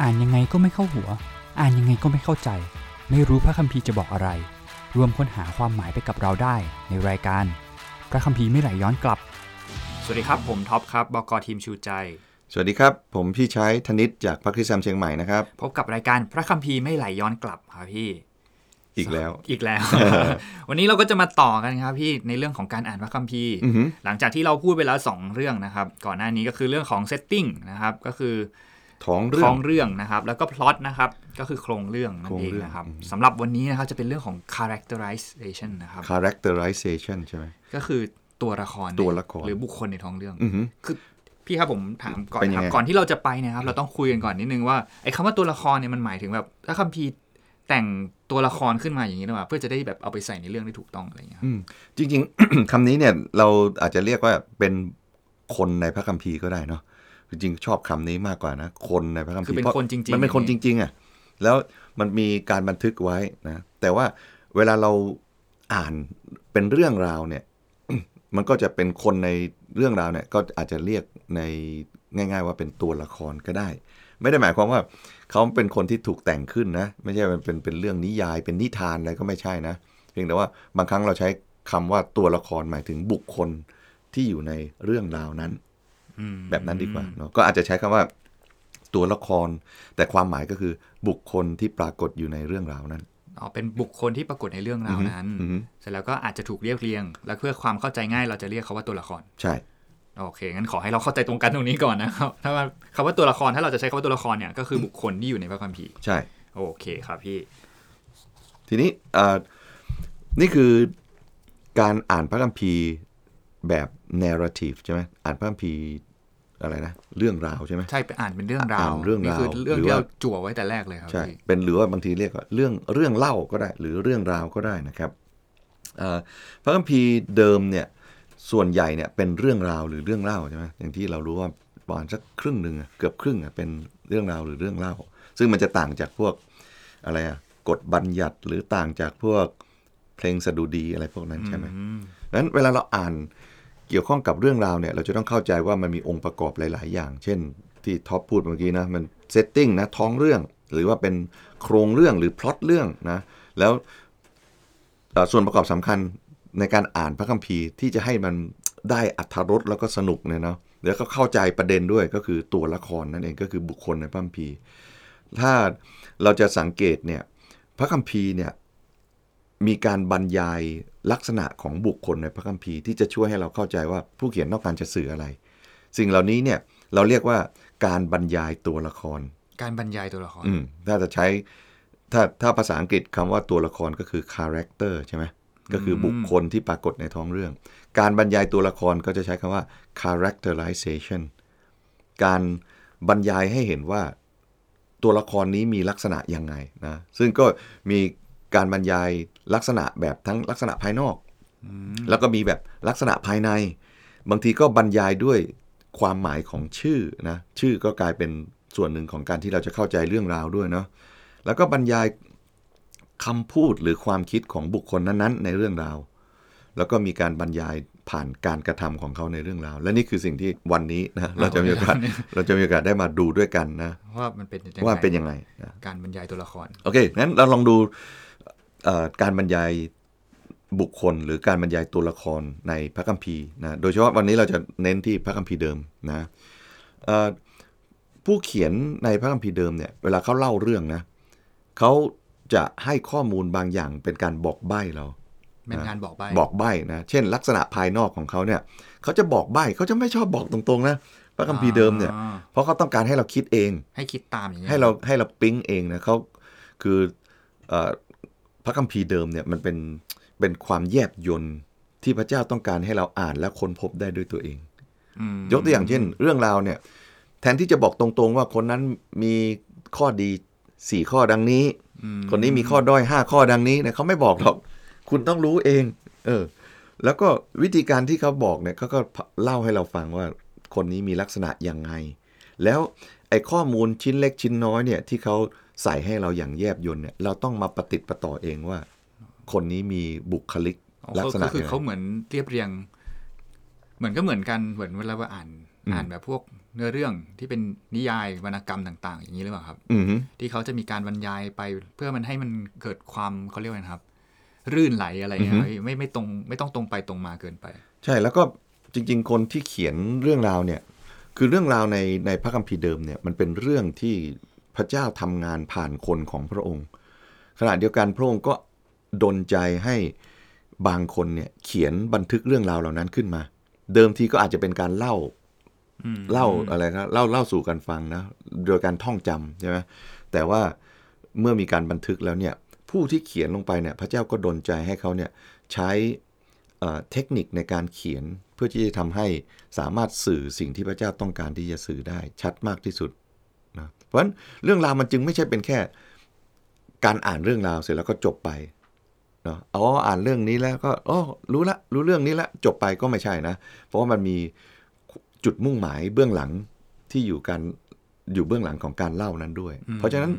อ่านยังไงก็ไม่เข้าหัว อ่านยังไงก็ไม่เข้าใจ ไม่รู้พระคัมภีร์จะบอกอะไร รวมค้นหาความหมายไปกับเราได้ ในรายการ พระคัมภีร์ไม่ไหลย้อนกลับ สวัสดีครับ ผมท็อปครับบกทีมชูใจ สวัสดีครับ ผมพี่ใช้ธนิตจากพระคริสตามเชียงใหม่นะครับ พบกับรายการพระคัมภีร์ไม่ไหลย้อนกลับครับพี่ อีกแล้ว อีกแล้ว วันนี้เราก็จะมาต่อกันครับพี่ในเรื่องของการอ่านพระคัมภีร์ อือฮึ หลังจากที่เราพูดไปแล้ว 2 เรื่องนะครับ ก่อนหน้านี้ก็คือเรื่องของเซตติ้งนะครับ ก็คือ ท้อง ค เรื่ ร อ อง งเรื่องนะครับ แล้วก็พล็อตนะครับ ก็คือโครงเรื่องนั่น โครง เอง เรื่อง นะครับ อืม สำหรับวันนี้นะครับจะเป็นเรื่องของ characterization นะครับ characterization ใช่ไหม ก็คือตัวละคร ตัวละคร หรือบุคคลในท้องเรื่อง อือฮึ คือพี่ครับผมถามก่อน เป็น นะ ยั ครั งไง บก่อนที่เราจะไปเนะครับ เราต้องคุยกันก่อนนิดนึงว่าไอ้คำว่าตัวละครเนี่ยมันหมายถึงแบบถ้าคัมภีร์แต่งตัวละครขึ้นมาอย่างนี้หรือเปล่าเพื่อจะได้แบบเอาไปใส่ในเรื่องได้ถูกต้องอะไรอย่างเงี้ยครับ อืมจริงๆ คำนี้เนี่ยเราอาจจะเรียกว่าเป็นคนในพระคัมภีร์ก็ได้เนาะจริงๆ ชอบคำนี้มากกว่านะ คนในพระคัมภี คือ ร์ เป็น เพราะ คนจริงๆ มันเป็นคนจริง ๆอ่ะแล้วมันมีการบันทึกไว้นะ แต่ว่าเวลาเราอ่านเป็นเรื่องราวเนี่ย มันก็จะเป็นคนในเรื่องราวเนี่ย ก็อาจจะเรียกในง่าย ๆ ว่าเป็นตัวละครก็ได้ ไม่ได้หมายความว่าเขาเป็นคนที่ถูกแต่งขึ้นนะ ไม่ใช่มันเป็นเป็นเรื่องนิยาย เป็นนิทานอะไรก็ไม่ใช่นะ เพียงแต่ว่าบางครั้งเราใช้คำว่าตัวละครหมายถึงบุคคลที่อยู่ในเรื่องราวนั้น อืม แบบนั้นดีกว่าเนาะก็อาจจะใช้คำว่าตัวละคร แต่ความหมายก็คือบุคคลที่ปรากฏอยู่ในเรื่องราวนั้น อ๋อเป็นบุคคลที่ปรากฏในเรื่องราวนั้น อือฮึ เสร็จแล้วก็อาจจะถูกเรียบเรียง และเพื่อความเข้าใจง่ายเราจะเรียกเขาว่าตัวละคร ใช่ โอเค งั้นขอให้เราเข้าใจตรงกันตรงนี้ก่อนนะครับ ถ้าว่าคำว่าตัวละครถ้าเราจะใช้คำว่าตัวละครเนี่ยก็คือบุคคลที่อยู่ในพระคัมภีร์ ใช่ โอเคครับพี่ ทีนี้เอ่อนี่คือการอ่านพระคัมภีร์แบบ narrative ใช่ไหมอ่านพระคัมภีร์อะไรนะ เรื่องราวใช่ไหม ใช่ไปอ่านเป็นเรื่องราว อ่านเรื่องราว นี่คือเรื่อง หรือ ที่ ว่า เราจั่วไว้แต่แรกเลยครับ ใช่ พี่ เป็นหรือว่าบางทีเรียกว่าเรื่องเรื่องเล่าก็ได้ หรือเรื่องราวก็ได้นะครับเอ่อพระคัมภีร์เดิมเนี่ยส่วนใหญ่เนี่ยเป็นเรื่องราวหรือเรื่องเล่าใช่ไหมอย่างที่เรารู้ว่าประมาณสักครึ่งหนึ่งอะเกือบครึ่งอะเป็นเรื่องราวหรือเรื่องเล่า ซึ่งมันจะต่างจากพวกอะไรอะกฎบัญญัติหรือต่างจากพวกเพลงสดุดีอะไรพวกนั้นใช่ไหม อืม ดังนั้นเวลาเราอ่านเกี่ยวข้องกับเรื่องราวเนี่ยเราจะต้องเข้าใจว่ามันมีองค์ประกอบหลาย ๆ อย่าง เช่นที่ท็อปพูดเมื่อกี้นะมันเซตติ้งนะท้องเรื่อง หรือว่าเป็นโครงเรื่องหรือพล็อตเรื่องนะแล้วเอ่อส่วนประกอบสำคัญในการอ่านพระคัมภีร์ที่จะให้มันได้อัธรสแล้วก็สนุกเนี่ยเนาะแล้วก็เข้าใจประเด็นด้วยก็คือตัวละครนั่นเองก็คือบุคคลในพระคัมภีร์ ถ้าเราจะสังเกตเนี่ยพระคัมภีร์เนี่ย มีการบรรยายลักษณะของบุคคลในพระคัมภีร์ที่จะช่วยให้เราเข้าใจว่าผู้เขียนต้องการจะสื่ออะไร สิ่งเหล่านี้เนี่ยเราเรียกว่าการบรรยายตัวละคร การบรรยายตัวละคร อืมถ้าจะใช้ถ้าถ้าภาษาอังกฤษคำว่าตัวละครก็คือ character ใช่ไหมก็คือบุคคลที่ปรากฏในท้องเรื่อง การบรรยายตัวละครก็จะใช้คำว่า characterization การบรรยายให้เห็นว่าตัวละครนี้มีลักษณะยังไงนะซึ่งก็มีการบรรยายลักษณะแบบทั้งลักษณะภายนอก แล้วก็มีแบบลักษณะภายใน บางทีก็บรรยายด้วยความหมายของชื่อนะชื่อก็กลายเป็นส่วนหนึ่งของการที่เราจะเข้าใจเรื่องราวด้วยเนาะแล้วก็บรรยายคำพูดหรือความคิดของบุคคลนั้นๆ ในเรื่องราว แล้วก็มีการบรรยายผ่านการกระทำของเขาในเรื่องราว และนี่คือสิ่งที่วันนี้นะเราจะมีโอกาสเราจะมีโอกาสได้มาดูด้วยกันนะ ว่ามันเป็นยังไง ว่าเป็นยังไงนะ การบรรยายตัวละคร โอเค งั้นเราลองดูเอ่อการบรรยายบุคคลหรือการบรรยายตัวละครในพระคัมภีร์นะ โดยเฉพาะวันนี้เราจะเน้นที่พระคัมภีร์เดิมนะเอ่อผู้เขียนในพระคัมภีร์เดิมเนี่ยเวลาเขาเล่าเรื่องนะเขาจะให้ข้อมูลบางอย่างเป็นการบอกใบ้เรา เป็นการบอกใบ บอกใบ้นะ เช่น ลักษณะภายนอกของเขาเนี่ยเขาจะบอกใบ้เขาจะไม่ชอบบอกตรงๆนะพระคัมภีร์เดิมเนี่ย อ่า เพราะเขาต้องการให้เราคิดเอง ให้คิดตามอย่างเงี้ย ให้เราให้เราปิ๊งเองนะเขาคือเออพระคัมภีร์เดิมเนี่ยมันเป็นเป็นความแยบยนต์ที่พระเจ้าต้องการให้เราอ่านและค้นพบได้ด้วยตัวเอง อืม ยกตัวอย่างเช่น เรื่องราวเนี่ยแทนที่จะบอกตรงๆว่าคนนั้นมีข้อดี 4 ข้อดังนี้ อืม คนนี้มีข้อด้อย 5 ข้อดังนี้เนี่ยเขาไม่บอกหรอก คุณต้องรู้เอง เออ แล้วก็วิธีการที่เขาบอกเนี่ยเขาก็เล่าให้เราฟังว่าคนนี้มีลักษณะยังไง แล้วไอ้ข้อมูลชิ้นเล็กชิ้นน้อยเนี่ยที่เขาใส่ให้เราอย่างแยบยนเนี่ยเราต้องมาประติดประต่อเองว่า คนนี้มีบุคลิก อ๋อ ลักษณะ ก็คือ ยังไง เขาเหมือนเรียบเรียง เหมือนก็เหมือนกันเหมือนเวลาว่าอ่าน ม อ่านแบบพวกเนื้อเรื่องที่เป็นนิยายวรรณกรรมต่าง ๆ อย่างนี้หรือเปล่าครับ อืมฮึ ที่เขาจะมีการบรรยายไปเพื่อมันให้มันเกิดความเขาเรียกว่าไงนะครับ รื่นไหลอะไรเงี้ยไม่ไม่ไม่ตรงไม่ต้องตรงไปตรงมาเกินไป ใช่แล้วก็จริง ๆ คนที่เขียนเรื่องราวเนี่ย คือเรื่องราวในในพระคัมภีร์เดิมเนี่ยมันเป็นเรื่องที่พระเจ้าทำงานผ่านคนของพระองค์ ขณะเดียวกันพระองค์ก็ดลใจให้บางคนเนี่ยเขียนบันทึกเรื่องราวเหล่านั้นขึ้นมา เดิมทีก็อาจจะเป็นการเล่า อืม เล่าอะไรนะเล่าเล่าสู่กันฟังนะ โดยการท่องจำใช่ไหมแต่ว่าเมื่อมีการบันทึกแล้วเนี่ย ผู้ที่เขียนลงไปเนี่ย พระเจ้าก็ดลใจให้เขาเนี่ยใช้เอ่อเทคนิคในการเขียนเพื่อที่จะทำให้สามารถสื่อสิ่งที่พระเจ้าต้องการที่จะสื่อได้ชัดมากที่สุดนะเพราะฉะนั้นเรื่องราวมันจึงไม่ใช่เป็นแค่การอ่านเรื่องราวเสร็จแล้วก็จบไปเนาะอ๋ออ่านเรื่องนี้แล้วก็อ๋อรู้ละรู้เรื่องนี้ละจบไปก็ไม่ใช่นะ เพราะว่ามันมี จุดมุ่งหมายเบื้องหลังที่อยู่การอยู่เบื้องหลังของการเล่านั้นด้วย เพราะฉะนั้น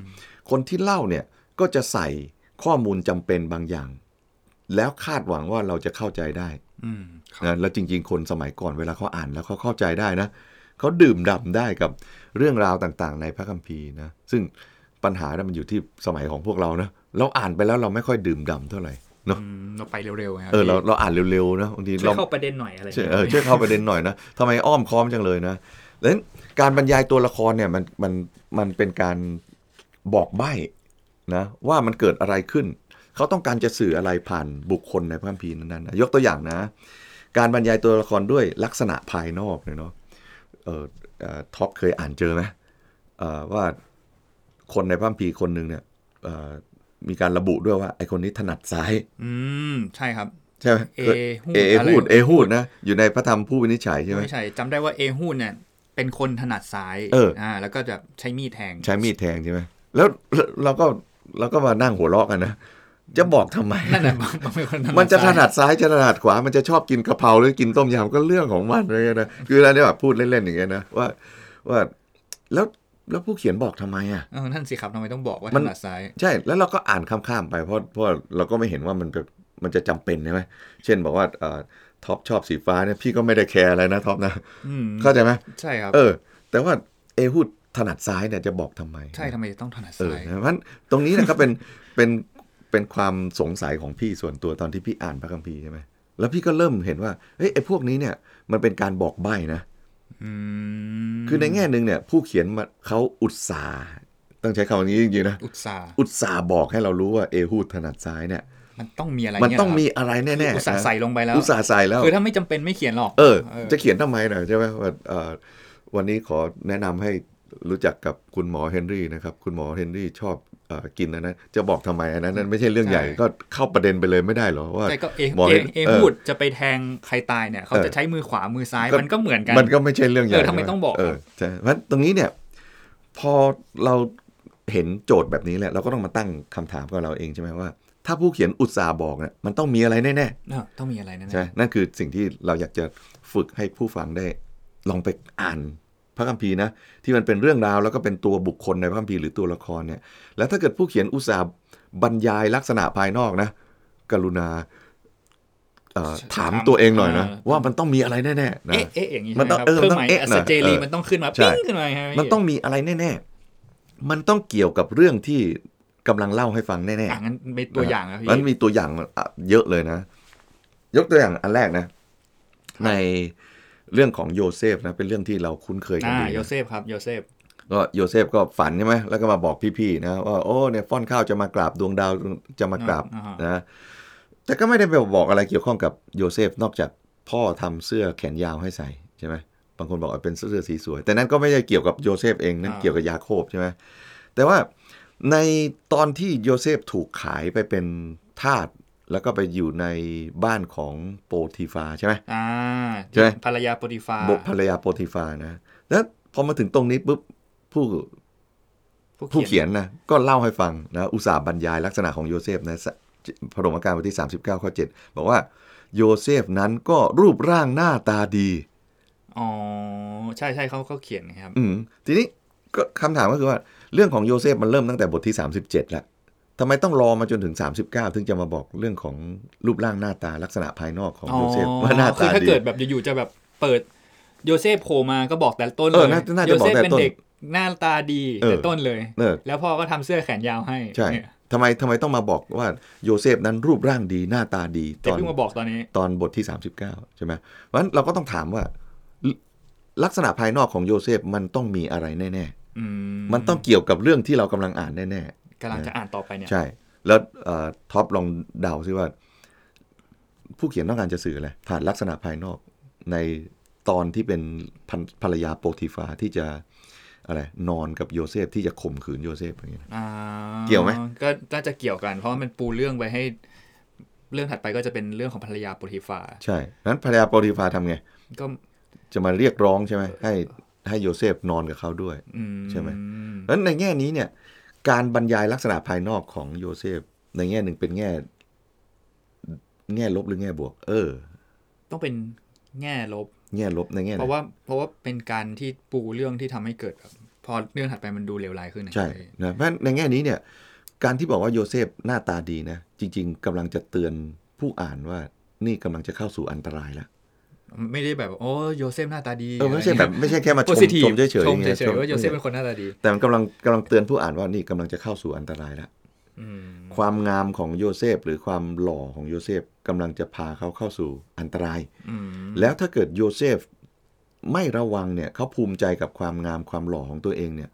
คนที่เล่าเนี่ยก็จะใส่ข้อมูลจำเป็นบางอย่าง แล้วคาดหวังว่าเราจะเข้าใจได้ อืมครับ นะแล้วจริง ๆ คนสมัยก่อนเวลาเขาอ่านแล้วเขาเข้าใจได้นะเขาดื่มด่ำได้กับเรื่องราวต่างๆ ในพระคัมภีร์นะซึ่งปัญหาเนี่ยมันอยู่ที่สมัยของพวกเรานะเราอ่านไปแล้วเราไม่ค่อยดื่มด่ำเท่าไหร่เนาะ อืมเราไปเร็วๆนะ เออเราเราอ่านเร็วๆนะบางที ช่ว เรา ยเข้าประเด็นหน่อยอะไร ช่วยเออช่วยเข้าประเด็นหน่อยนะทำไมอ้อมค้อมจังเลยนะแล้วการบรรยายตัวละครเนี่ยมันมันมันเป็นการบอกใบ้นะว่ามันเกิดอะไรขึ้น เขาต้องการจะสื่ออะไรผ่านบุคคลในพระคัมภีร์นั้นๆนะยกตัวอย่างนะ การบรรยายตัวละครด้วยลักษณะภายนอกเนี่ยเนาะเออเอ่อท็อปเคยอ่านเจอไหมเอ่อว่าคนในพระคัมภีร์คนหนึ่งเนี่ยเอ่อมีการระบุด้วยว่าไอคนนี้ถนัดซ้าย อืมใช่ครับ ใช่ไหม เอฮูด เอเอ อะไร ฮูดเอฮูดนะอยู่ในพระธรรมผู้วินิจฉัยใช่ไหม ไม่ใช่จำได้ว่าเอฮูนเนี่ยเป็นคนถนัดซ้าย เออ แล้วก็จะใช้มีดแทง ใช้มีดแทงใช่ไหมแล้วแล้วเราก็เราก็มานั่งหัวเราะกันนะ จะบอกทำไม นั่นแหละ มันมันเป็นคนถนัด มันจะถ ซ้าย นัดซ้ายจะถนัดขวา มันจะชอบกินกะเพราหรือกินต้มยำก็เรื่องของมันอะไรเลยนะ คือเราได้แบบพูดเล่นๆอย่างเงี้ยนะว่าว่าแล้วแล้วผู้เขียนบอกทำไมอ่ะ เออนั่นสิครับทำไมต้องบอกว่า มั ถ น นัดซ้าย ใช่ แล้วเราก็อ่านข้ามๆไปเพราะเพราะเราก็ไม่เห็นว่ามันแบบมันจะจำเป็นใช่ไหมเช่นบอกว่าเอ่อท็อปชอบสีฟ้าเนี่ยพี่ก็ไม่ได้แคร์อะไรนะท็อปนะ อืม เข้าใจไหม ใช่ครับ เออ แต่ว่าเอฮูดถนัดซ้ายเนี่ยจะบอกทำไม ใช่ทำไมจะต้องถนัด เออ ซ้าย นะเพราะฉะนั้นตรงนี้นะก็ เป็น เป็น เป็นความสงสัยของพี่ส่วนตัวตอนที่พี่อ่านพระคัมภีร์ใช่ไหม แล้วพี่ก็เริ่มเห็นว่า เอ้ยไอ้พวกนี้เนี่ย มันเป็นการบอกใบ้นะ อืม คือในแง่หนึ่งเนี่ย ผู้เขียนมาเขาอุตส่าห์ ต้องใช้คำนี้จริงๆนะ อุตสาห์ อุตส่าห์บอกให้เรารู้ว่าเอฮูดถนัดซ้ายเนี่ย มันต้องมีอะไร มัน เย ต้อง เหร มี ค อะไร รับ แน่ๆ อุตสาห์ นะ ใส่ลงไปแล้ว อุตส่าห์ใส่แล้ว คือถ้าไม่จำเป็นไม่เขียนหรอก เออ เออ จะเขียนทำไมหน่อยใช่ไหมว่าเอ่อวันนี้ขอแนะนำให้รู้จักกับคุณหมอเฮนรี่นะครับ คุณหมอเฮนรี่ชอบเอ่อกินอันนั้นจะบอกทำไมอันนั้นนั่นไม่ใช่เรื่องใหญ่ ใช่ ก็เข้าประเด็นไปเลยไม่ได้เหรอว่า ใช่ก็เอ หมอ เอ ฮน เอ เออ พูดจะไปแทงใครตายเนี่ย เขา เออ จะใช้มือขวามือซ้าย ก็ มันก็เหมือนกัน มันก็ไม่ใช่เรื่องใหญ่ เออทำไม ใช่ห ต้องบอก เออใช่เพราะฉะนั้นตรงนี้เนี่ยพอเราเห็นโจทย์แบบนี้แหละเราก็ต้องมาตั้งคำถามกับเราเองใช่ไหมว่า ถ้าผู้เขียนอุตสาห์บอกเนี่ยมันต้องมีอะไรแน่ๆ เออต้องมีอะไรแน่ๆ ใช่ไหมนั่นคือสิ่งที่เราอยากจะฝึกให้ผู้ฟังได้ ลองไปอ่านพระคัมภีร์นะ ที่มันเป็นเรื่องราวแล้วก็เป็นตัวบุคคลในพระคัมภีร์หรือตัวละครเนี่ย แล้วถ้าเกิดผู้เขียนอุตสาห์บรรยายลักษณะภายนอกนะ กรุณาเอ่อถามตัวเองหน่อยนะ ว่ามันต้องมีอะไรแน่ๆนะ เอ๊ะเอ๊ะอย่างนี้ มันต้อง ใช่ไห เออ ครื่หมันต้อง มาย เอ๊ะ อั หศน่อย เจรี เออ มันต้องขึ้นมา ใช่ ปิ้งขึ้นมาใช่ไห มันต้องมีอะไรแน่ๆ มันต้องเกี่ยวกับเรื่องที่กำลังเล่าให้ฟังแน่ๆ อ่ะงั้นเป็นตัวอย่างนะพี่ มันมีตัวอย่างอ่ะเยอะเลยนะ ยกตัวอย่างอันแรกนะ ในเรื่องของโยเซฟนะ เป็นเรื่องที่เราคุ้นเคยกัน อ่า ดี โย นะ เซฟครับโยเซฟ ก็โยเซฟก็ฝันใช่ไหมแล้วก็มาบอกพี่ๆนะว่าโอ้เนี่ยฟ้อนข้าวจะมากราบดวงดาวจะมากราบ อ่าฮะ นะแต่ก็ไม่ได้ไปบอกอะไรเกี่ยวข้องกับโยเซฟนอกจากพ่อทำเสื้อแขนยาวให้ใส่ใช่ไหมบางคนบอกว่าเป็นเสื้อสีสวย แต่นั้นก็ไม่ได้เกี่ยวกับโยเซฟเองนั่นเกี่ยวกับยาโคบใช่ไหม แต่ว่าในตอนที่โยเซฟถูกขายไปเป็นทาสแล้วก็ไปอยู่ในบ้านของโปรทีฟาใช่ไหม อ่า ใช่ไหม ภรรยาโปรติฟาร์ บภรรยาโปรทีฟานะ แล้วพอมาถึงตรงนี้ปุ๊บผู้ผู้เขียนนะก็เล่าให้ฟังนะอุตสาห์บรรยายลักษณะของโยเซฟนะสพระธรรมกาลบทที่ 39 ข้อ 7 บอกว่าโยเซฟนั้นก็รูปร่างหน้าตาดี อ๋อใช่ใช่เขาเขาเขียนนะครับ อืมทีนี้ก็คำถามก็คือว่า เรื่องของโยเซฟมันเริ่มตั้งแต่บทที่ 37 แล้วทำไมต้องรอมาจนถึง 39 ถึงจะมาบอกเรื่องของรูปร่างหน้าตาลักษณะภายนอกของโยเซฟว่าหน้า คื ตา อถ้า ดี เกิดแบบอยู่ๆจะแบบเปิด โยเซฟโผล่มาก็บอกแต่ต้น เอ เล อย น่าน่า โย จะบอก เซฟ แต่ต้น เป็นเด็กหน้าตาดี เออ แต่ต้นเลย เออ แล้วพ่อก็ทำเสื้อแขนยาวให้ ใช่ เนี่ย ทำไมทำไมต้องมาบอกว่าโยเซฟนั้นรูปร่างดีหน้าตาดีต แต่ อน เพิ่งมาบอกตอนนี้ ตอนบทที่ 39 ใช่ไหมเพราะฉะนั้นเราก็ต้องถามว่าลลักษณะภายนอกของโยเซฟมันต้องมีอะไรแน่ อื ๆ มันต้องเกี่ยวกับเรื่องที่เรากำลังอ่านแน่ กำลังจะอ่านต่อไปเนี่ย ๆ ใช่ แล้วเอ่อท็อปลองเดาซิว่า ผู้เขียนต้องการจะสื่ออะไรผ่านลักษณะภายนอกในตอนที่เป็นภรรภรรยาโปรติฟาที่จะอะไรนอนกับโยเซฟที่จะข่มขืนโยเซฟอย่างเงี้ย อ่า เกี่ยวไหม ก็น่าจะเกี่ยวกัน เพราะว่ามันปูเรื่องไว้ให้ เรื่องถัดไปก็จะเป็นเรื่องของภรรยาปุถิฟา ใช่นั้นภรรยาโปรติฟาทำไง ก็ จะมาเรียกร้องใช่ไหมให้ให้โยเซฟนอนกับเขาด้วย อื ใช่ไหม เพราะฉะนั้นในแง่นี้เนี่ยการบรรยายลักษณะภายนอกของโยเซฟ ในแง่หนึ่งเป็นแง่ แง่ลบหรือแง่บวก เออ ต้องเป็นแง่ลบ แง่ลบในแง่ไหน เพราะว่าเพราะว่าเป็นการที่ปูเรื่องที่ทำให้เกิดแบบพอเรื่องถัดไปมันดูเลวร้ายขึ้นนะ ใช่นะเพราะฉะนั้นในแง่นี้เนี่ย การที่บอกว่าโยเซฟหน้าตาดีนะจริง ๆกำลังจะเตือนผู้อ่านว่า นี่กำลังจะเข้าสู่อันตรายแล้ว ไม่ได้แบบ โอ้โยเซฟหน้าตาดี เออไม่ใช่แบบไม่ใช่แค่มาช โพ ม สิทีฟ ชมเฉยๆ ช อ ม ย่าง เฉ เงี้ย ยๆว่าโยเซฟเป็นคนหน้าตาดี แต่มันกำลังกำลังเตือนผู้อ่านว่านี่กำลังจะเข้าสู่อันตรายแล้ว อืม ความงามของโยเซฟ หรือความหล่อของโยเซฟกำลังจะพาเขาเข้าสู่อันตราย อืม แล้วถ้าเกิดโยเซฟไม่ระวังเนี่ยเขาภูมิใจกับความงามความหล่อของตัวเองเนี่ย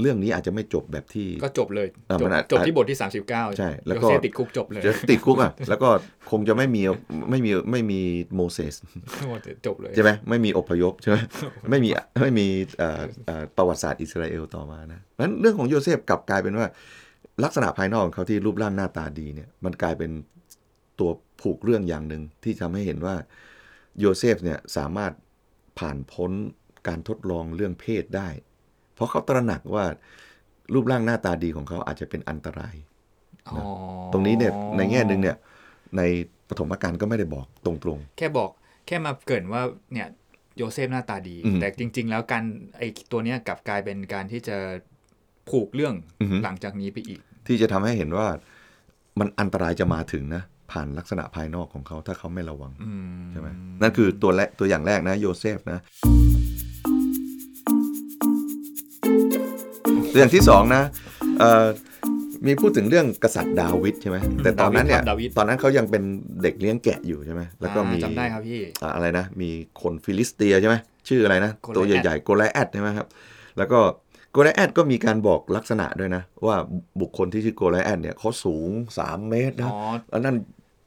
เรื่องนี้อาจจะไม่จบแบบที่ ก็จบเลย เออ จ มั บ นอาจ จบที่บทที่ 39 ใช่แล้วก็ โยเซฟติดคุกจบเลย จะติดคุกอ่ะ แล้วก็คงจะไม่มีไม่มีไม่มีโมเสส จบเลย ใช่ไหมไม่มีอพยพ ใช่ไหมไม่มีไม่มีเอ่อเอ่อประวัติศาสตร์อิสราเอลต่อมานะเพราะฉะนั้นเรื่องของโยเซฟกลับกลายเป็นว่า ลักษณะภายนอกของเขาที่รูปร่างหน้าตาดีเนี่ย มันกลายเป็นตัวผูกเรื่องอย่างหนึ่งที่ทำให้เห็นว่าโยเซฟเนี่ยสามารถผ่านพ้นการทดลองเรื่องเพศได้ เพราะเขาตระหนักว่ารูปร่างหน้าตาดีของเขาอาจจะเป็นอันตราย อ๋อ ตรงนี้เนี่ยในแง่หนึ่งเนี่ย ในปฐมกาลก็ไม่ได้บอกตรง แค่บอกแค่มาเกรินว่าเนี่ยโยเซฟหน้าตาดี อืม แต่จริง ๆ แล้วการไอตัวเนี้ยกลับกลายเป็นการที่จะผูกเรื่อง อือฮึ หลังจากนี้ไปอีก ๆ ที่จะทำให้เห็นว่ามันอันตรายจะมาถึงนะ ผ่านลักษณะภายนอกของเขาถ้าเขาไม่ระวัง อืม ใช่ไหมนั่นคือตัวแรกตัวอย่างแรกนะโยเซฟนะ ตัวอย่างที่สองนะเอ่อมีพูดถึงเรื่องกษัตริย์ดาวิดใช่ไหมแต่ตอนนั้นเนี่ย ดาวิดครับดาวิด ตอนนั้นเขายังเป็นเด็กเลี้ยงแกะอยู่ใช่ไหมแล้วก็มี อ่าจำได้ครับพี่ อ่าอะไรนะ มีคนฟิลิสเตียใช่ไหมชื่ออะไรนะ โกลิแอธ ตัวใหญ่ๆโกลิแอดใช่ไหมครับ แล้วก็โกลิแอดก็มีการบอกลักษณะด้วยนะ ว่าบุคคลที่ชื่อโกลิแอดเนี่ยเขาสูง 3 เมตรนะ อ๋อ อันนั้น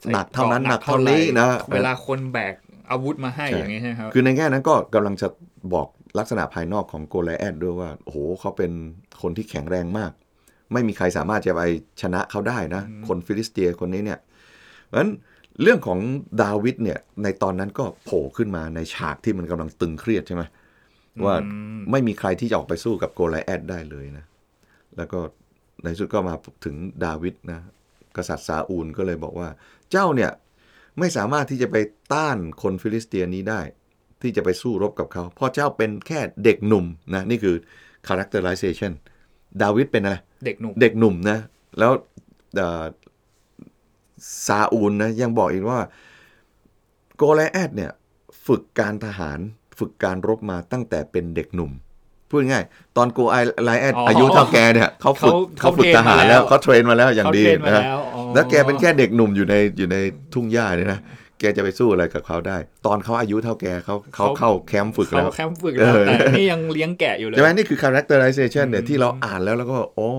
ใส่ หนักเท่านั้น กะ หนักเท่านี้นะ เวลาคนแบกอาวุธมาให้ ใช่ อย่างนี้ใช่ไหมครับ คือในแง่นั้นก็กำลังจะบอกลักษณะภายนอกของโกลิแอดด้วยว่าโอ้โหเขาเป็นคนที่แข็งแรงมาก ไม่มีใครสามารถจะไปชนะเขาได้นะ คนฟิลิสเตียคนนี้เนี่ยเพราะฉะนั้นเรื่องของดาวิดเนี่ยในตอนนั้นก็โผล่ขึ้นมาในฉากที่มันกำลังตึงเครียดใช่ไหมว่า ม ไม่มีใครที่จะออกไปสู้กับโกลิแอดได้เลยนะ แล้วก็ในที่สุดก็มาถึงดาวิดนะ กษัตริย์ซาอูลก็เลยบอกว่า เจ้าเนี่ยไม่สามารถที่จะไปต้านคนฟิลิสเตียนนี้ได้ ที่จะไปสู้รบกับเขา เพราะเจ้าเป็นแค่เด็กหนุ่มนะ นี่คือ characterization ดาวิดเป็นอะไร เด็กหนุ่ม เด็กหนุ่มนะ แล้วเอ่อซาอูลนะ ยังบอกอีกว่าโกลแอดเนี่ย ฝึกการทหารฝึกการรบมาตั้งแต่เป็นเด็กหนุ่ม พูดง่ายๆตอนโกไลแอดอายุเท่าแกเนี่ยเขาฝึกเขาฝึกทหารแล้วเขาเทรนมาแล้วอย่าง เขา ดี เทรนมา นะ แล้วอ๋อ แล้วแกเป็นแค่เด็กหนุ่มอยู่ในอยู่ในทุ่งหญ้าเนี่ยนะ แกจะไปสู้อะไรกับเขาได้ ตอนเขาอายุเท่าแกเขาเขาเข้าแคมป์ฝึก เขา แล้ว แค่ฝึกแล้ว เออ แต่นี่ยังเลี้ยงแกะอยู่เลย ใช่ไหมนี่คือ characterization เนี่ย อืม ที่เราอ่านแล้วแล้วก็โอ้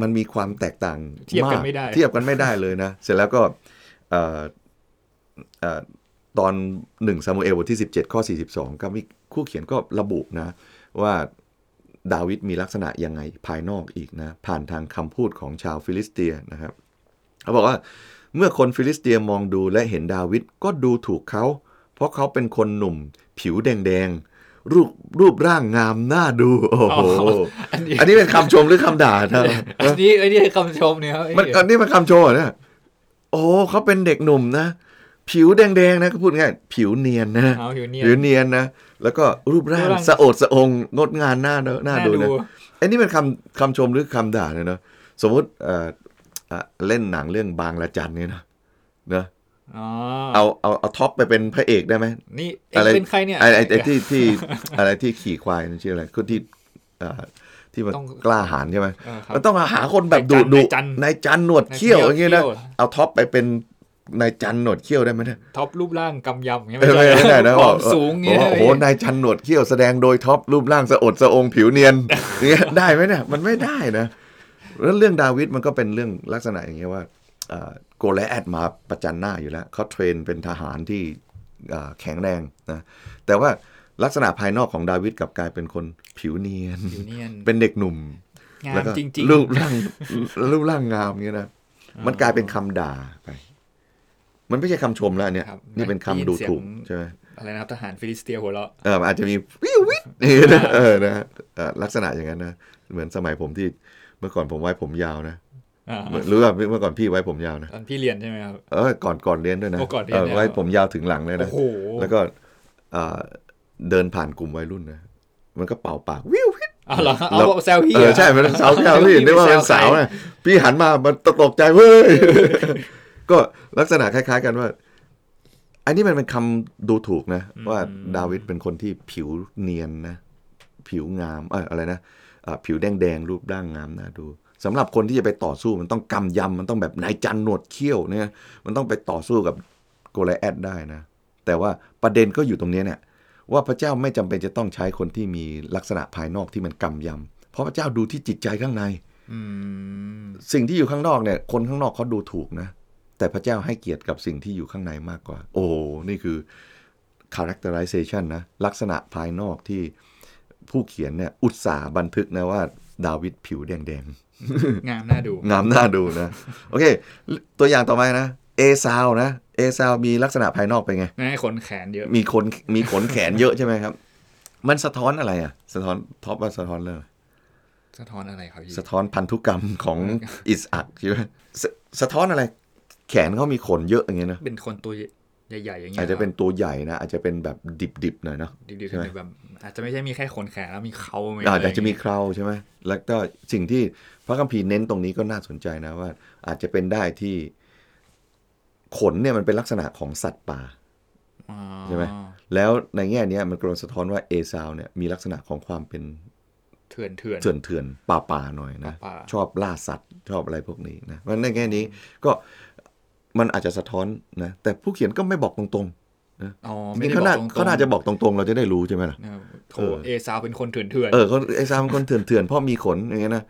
มันมีความแตกต่าง เทียบกัน าก ไม่ได้ เทียบกันไม่ได้เลยนะ เสร็จแล้วก็เอ่อเอ่อตอนหนึ่งซามูเอลบทที่ 17 ข้อ 42 ก็มีคู่เขียนก็ระบุนะ ว่าดาวิดมีลักษณะยังไงภายนอกอีกนะ ผ่านทางคำพูดของชาวฟิลิสเตียนะครับ เขาบอกว่า เมื่อคนฟิลิสเตียมองดูและเห็นดาวิดก็ดูถูกเขา เพราะเขาเป็นคนหนุ่ม ผิวแดงๆ รูปรูปร่างงามน่าดู โอ้โห อันนี้ อันนี้เป็นคำชมหรือคำด่านะ อันนี้อันนี้คำชมเนี่ยครับ มันอันนี้มันคำโชว์เหรอเนี่ย โอ้เขาเป็นเด็กหนุ่มนะ ผิวแดงๆนะก็พูดง่ายผิวเนียนนะ เอาอยู่เนี่ย ผิวเนียนนะ แล้วก็รูปร่าง รูปร่าง สะโอดสะองงดงามน่าเนอะน่าดูนะ ไอันนี้เป็นคำคำชมหรือคำด่าเนี่ยเนอะสมมติเอ่อเอ่อเล่นหนังเรื่องบางละจันเนี่ยนะเนอะ อ๋อ เอาเอาเอาท็อปไปเป็นพระเอกได้ไหม นี่เอ็ อะไร งเป็นใครเนี่ย ไอ้ไอ้ไอ้ที่ที่ อะไรที่ ขี่ควายนั่นชื่ออะไรคนที่เอ่อที่มัน ต้อง กล้าหาญใช่ไหม เออครับ มันต้องหาคนแบบดุ นา ดุ ยจันทร์ นายจันทร์หนวดเขี้ยวนาอย่ายง เขี้ เงี้ ย ยว นะเอาท็อปไปเป็นนายจันทร์หนวดเขี้ยวได้ไหมเนี่ย ท็อปรูปร่างกำยำอย่างเงี้ย ไม่ได้ไม่ได้ นะ ค บอ วาก มสูง บอก เงี้ย ว่าโอ้โหนายจันทร์หนวดเขี้ยวแสดงโดยท็อปรูปร่างสะอดสะองผิวเนียนอย่างเงี้ย ได้ไหมเนี่ยมันไม่ได้นะแล้วเรื่องดาวิดมันก็เป็นเรื่องลักษณะอย่างเงี้ยว่าอ่าโกแลแอดมาประจันหน้าอยู่แล้วเขาเทรนเป็นทหารที่ อ่าแข็งแรงนะแต่ว่าลักษณะภายนอกของดาวิดกลับกลายเป็นคนผิวเนียน อยู่เนียน เป็นเด็กหนุ่ม งา แล้ว ม ก็ จริงๆ รูปร่างรูปร่างงามเงี้ยนะมันกลายเป็นคำด่าไป มันไม่ใช่คำชมแล้วอันเนี่ย ครับ นี่เป็นคำดูถูก ได้ยินเสียง ใช่ไหม อะไรนะครับทหารฟิลิสเตียหัวเราะ เออมันอาจจะมีวิววิทนี่นะเออนะเอ่อลักษณะอย่างนั้นนะเหมือนสมัยผมที่เมื่อก่อนผมไว้ผมยาวนะ อ่า เหมือนรู้ว่าเมื่อก่อนพี่ไว้ผมยาวนะ ตอนพี่เรียนใช่ไหมครับ เออก่อนก่อนเรียนด้วยนะ โอ้ก่อนเรียน เออ แล้ว ไว้ผมยาวถึงหลังเลย โอ้ นะ โห แล้วก็เอ่อเดินผ่านกลุ่มวัยรุ่นนะ มันก็เป่าปากวิววิว อ้าวเหรอเอาแซวพี่ เอ หร อใช่มันเป็นสาวแก้วพี่นึกว่าเป็นสาวนะพี่หันมามันตกใจเว้ ย ก็ลักษณะคล้าย ๆ กันว่า อันนี้มันเป็นคำดูถูกนะ ว่าดาวิดเป็นคนที่ผิวเนียนนะ ผิวงามเอออะไรนะอ่าผิวแดงๆรูปร่างงามน่าดูสำหรับคนที่จะไปต่อสู้มันต้องกำยำมันต้องแบบนายจันหนวดเขี้ยวเนี่ยมันต้องไปต่อสู้กับโกลแอดได้นะ แต่ว่าประเด็นก็อยู่ตรงเนี้ยเนี่ยว่าพระเจ้าไม่จำเป็นจะต้องใช้คนที่มีลักษณะภายนอกที่มันกำยำเพราะพระเจ้าดูที่จิตใจข้างใน อืม สิ่งที่อยู่ข้างนอกเนี่ย คนข้างนอกเขาดูถูกนะ แต่พระเจ้าให้เกียรติกับสิ่งที่อยู่ข้างในมากกว่า โอ้โหนี่คือ characterization นะ ลักษณะภายนอกที่ผู้เขียนเนี่ย อุตส่าห์บันทึกนะว่า ดาวิดผิวแดง งามน่าดู ๆ งามน่าดูนะ โอเค ตัวอย่างต่อมานะ เอซาวนะ เอซาวมีลักษณะภายนอกเป็นไง ง่ายขนแขนเยอะ มีขนมีขนแขนเยอะใช่ไหมครับ มันสะท้อนอะไรอ่ะ สะท้อนท็อปว่าสะท้อนเรื่องอะไร สะท้อนอะไรครับพี่ สะท้อนพันธุกรรมของอิสอักใช่ไหมสะสะท้อนอะไร แขนเขามีขนเยอะอย่างเงี้ยนะ เป็นคนตัวใหญ่ๆอย่างเงี้ย อาจจะเป็นตัวใหญ่นะ อาจจะเป็นแบบดิบๆหน่อยเนาะ ดีดี ใช่ไหม แบบอาจจะไม่ใช่มีแค่ขนแขนแล้วมีเขาไหม อาจจะมีเคราใช่ไหมแล้วก็สิ่งที่พระคัมภีร์เน้นตรงนี้ก็น่าสนใจนะว่า อาจจะเป็นได้ที่ขนเนี่ยมันเป็นลักษณะของสัตว์ป่า อ๋อ ใช่ไหม แล้วในแง่เนี้ยมันกำลังสะท้อนว่าเอซาวเนี่ยมีลักษณะของความเป็น เถื่อนเถื่อน เถื่อนเถื่อนป่าป่าๆหน่อยนะ ป่าๆ ชอบล่าสัตว์ ชอบอะไรพวกนี้นะเพราะฉะนั้นในแง่นี้ก็มันอาจจะสะท้อนนะ แต่ผู้เขียนก็ไม่บอกตรงๆนะ อ๋อ จ ไม่ ริงๆ ได้ เขา บอตรงๆน่ากเขาน่าจะบอกตรงๆ เราจะได้รู้ใช่ไหมล่ะ นะครับโถ เออ เอซาวเป็นคนเถื่อนเถื่อน เออเขาไอ้ซามคนเถื่อนๆเพราะมีขนอย่างเงี้ยนะ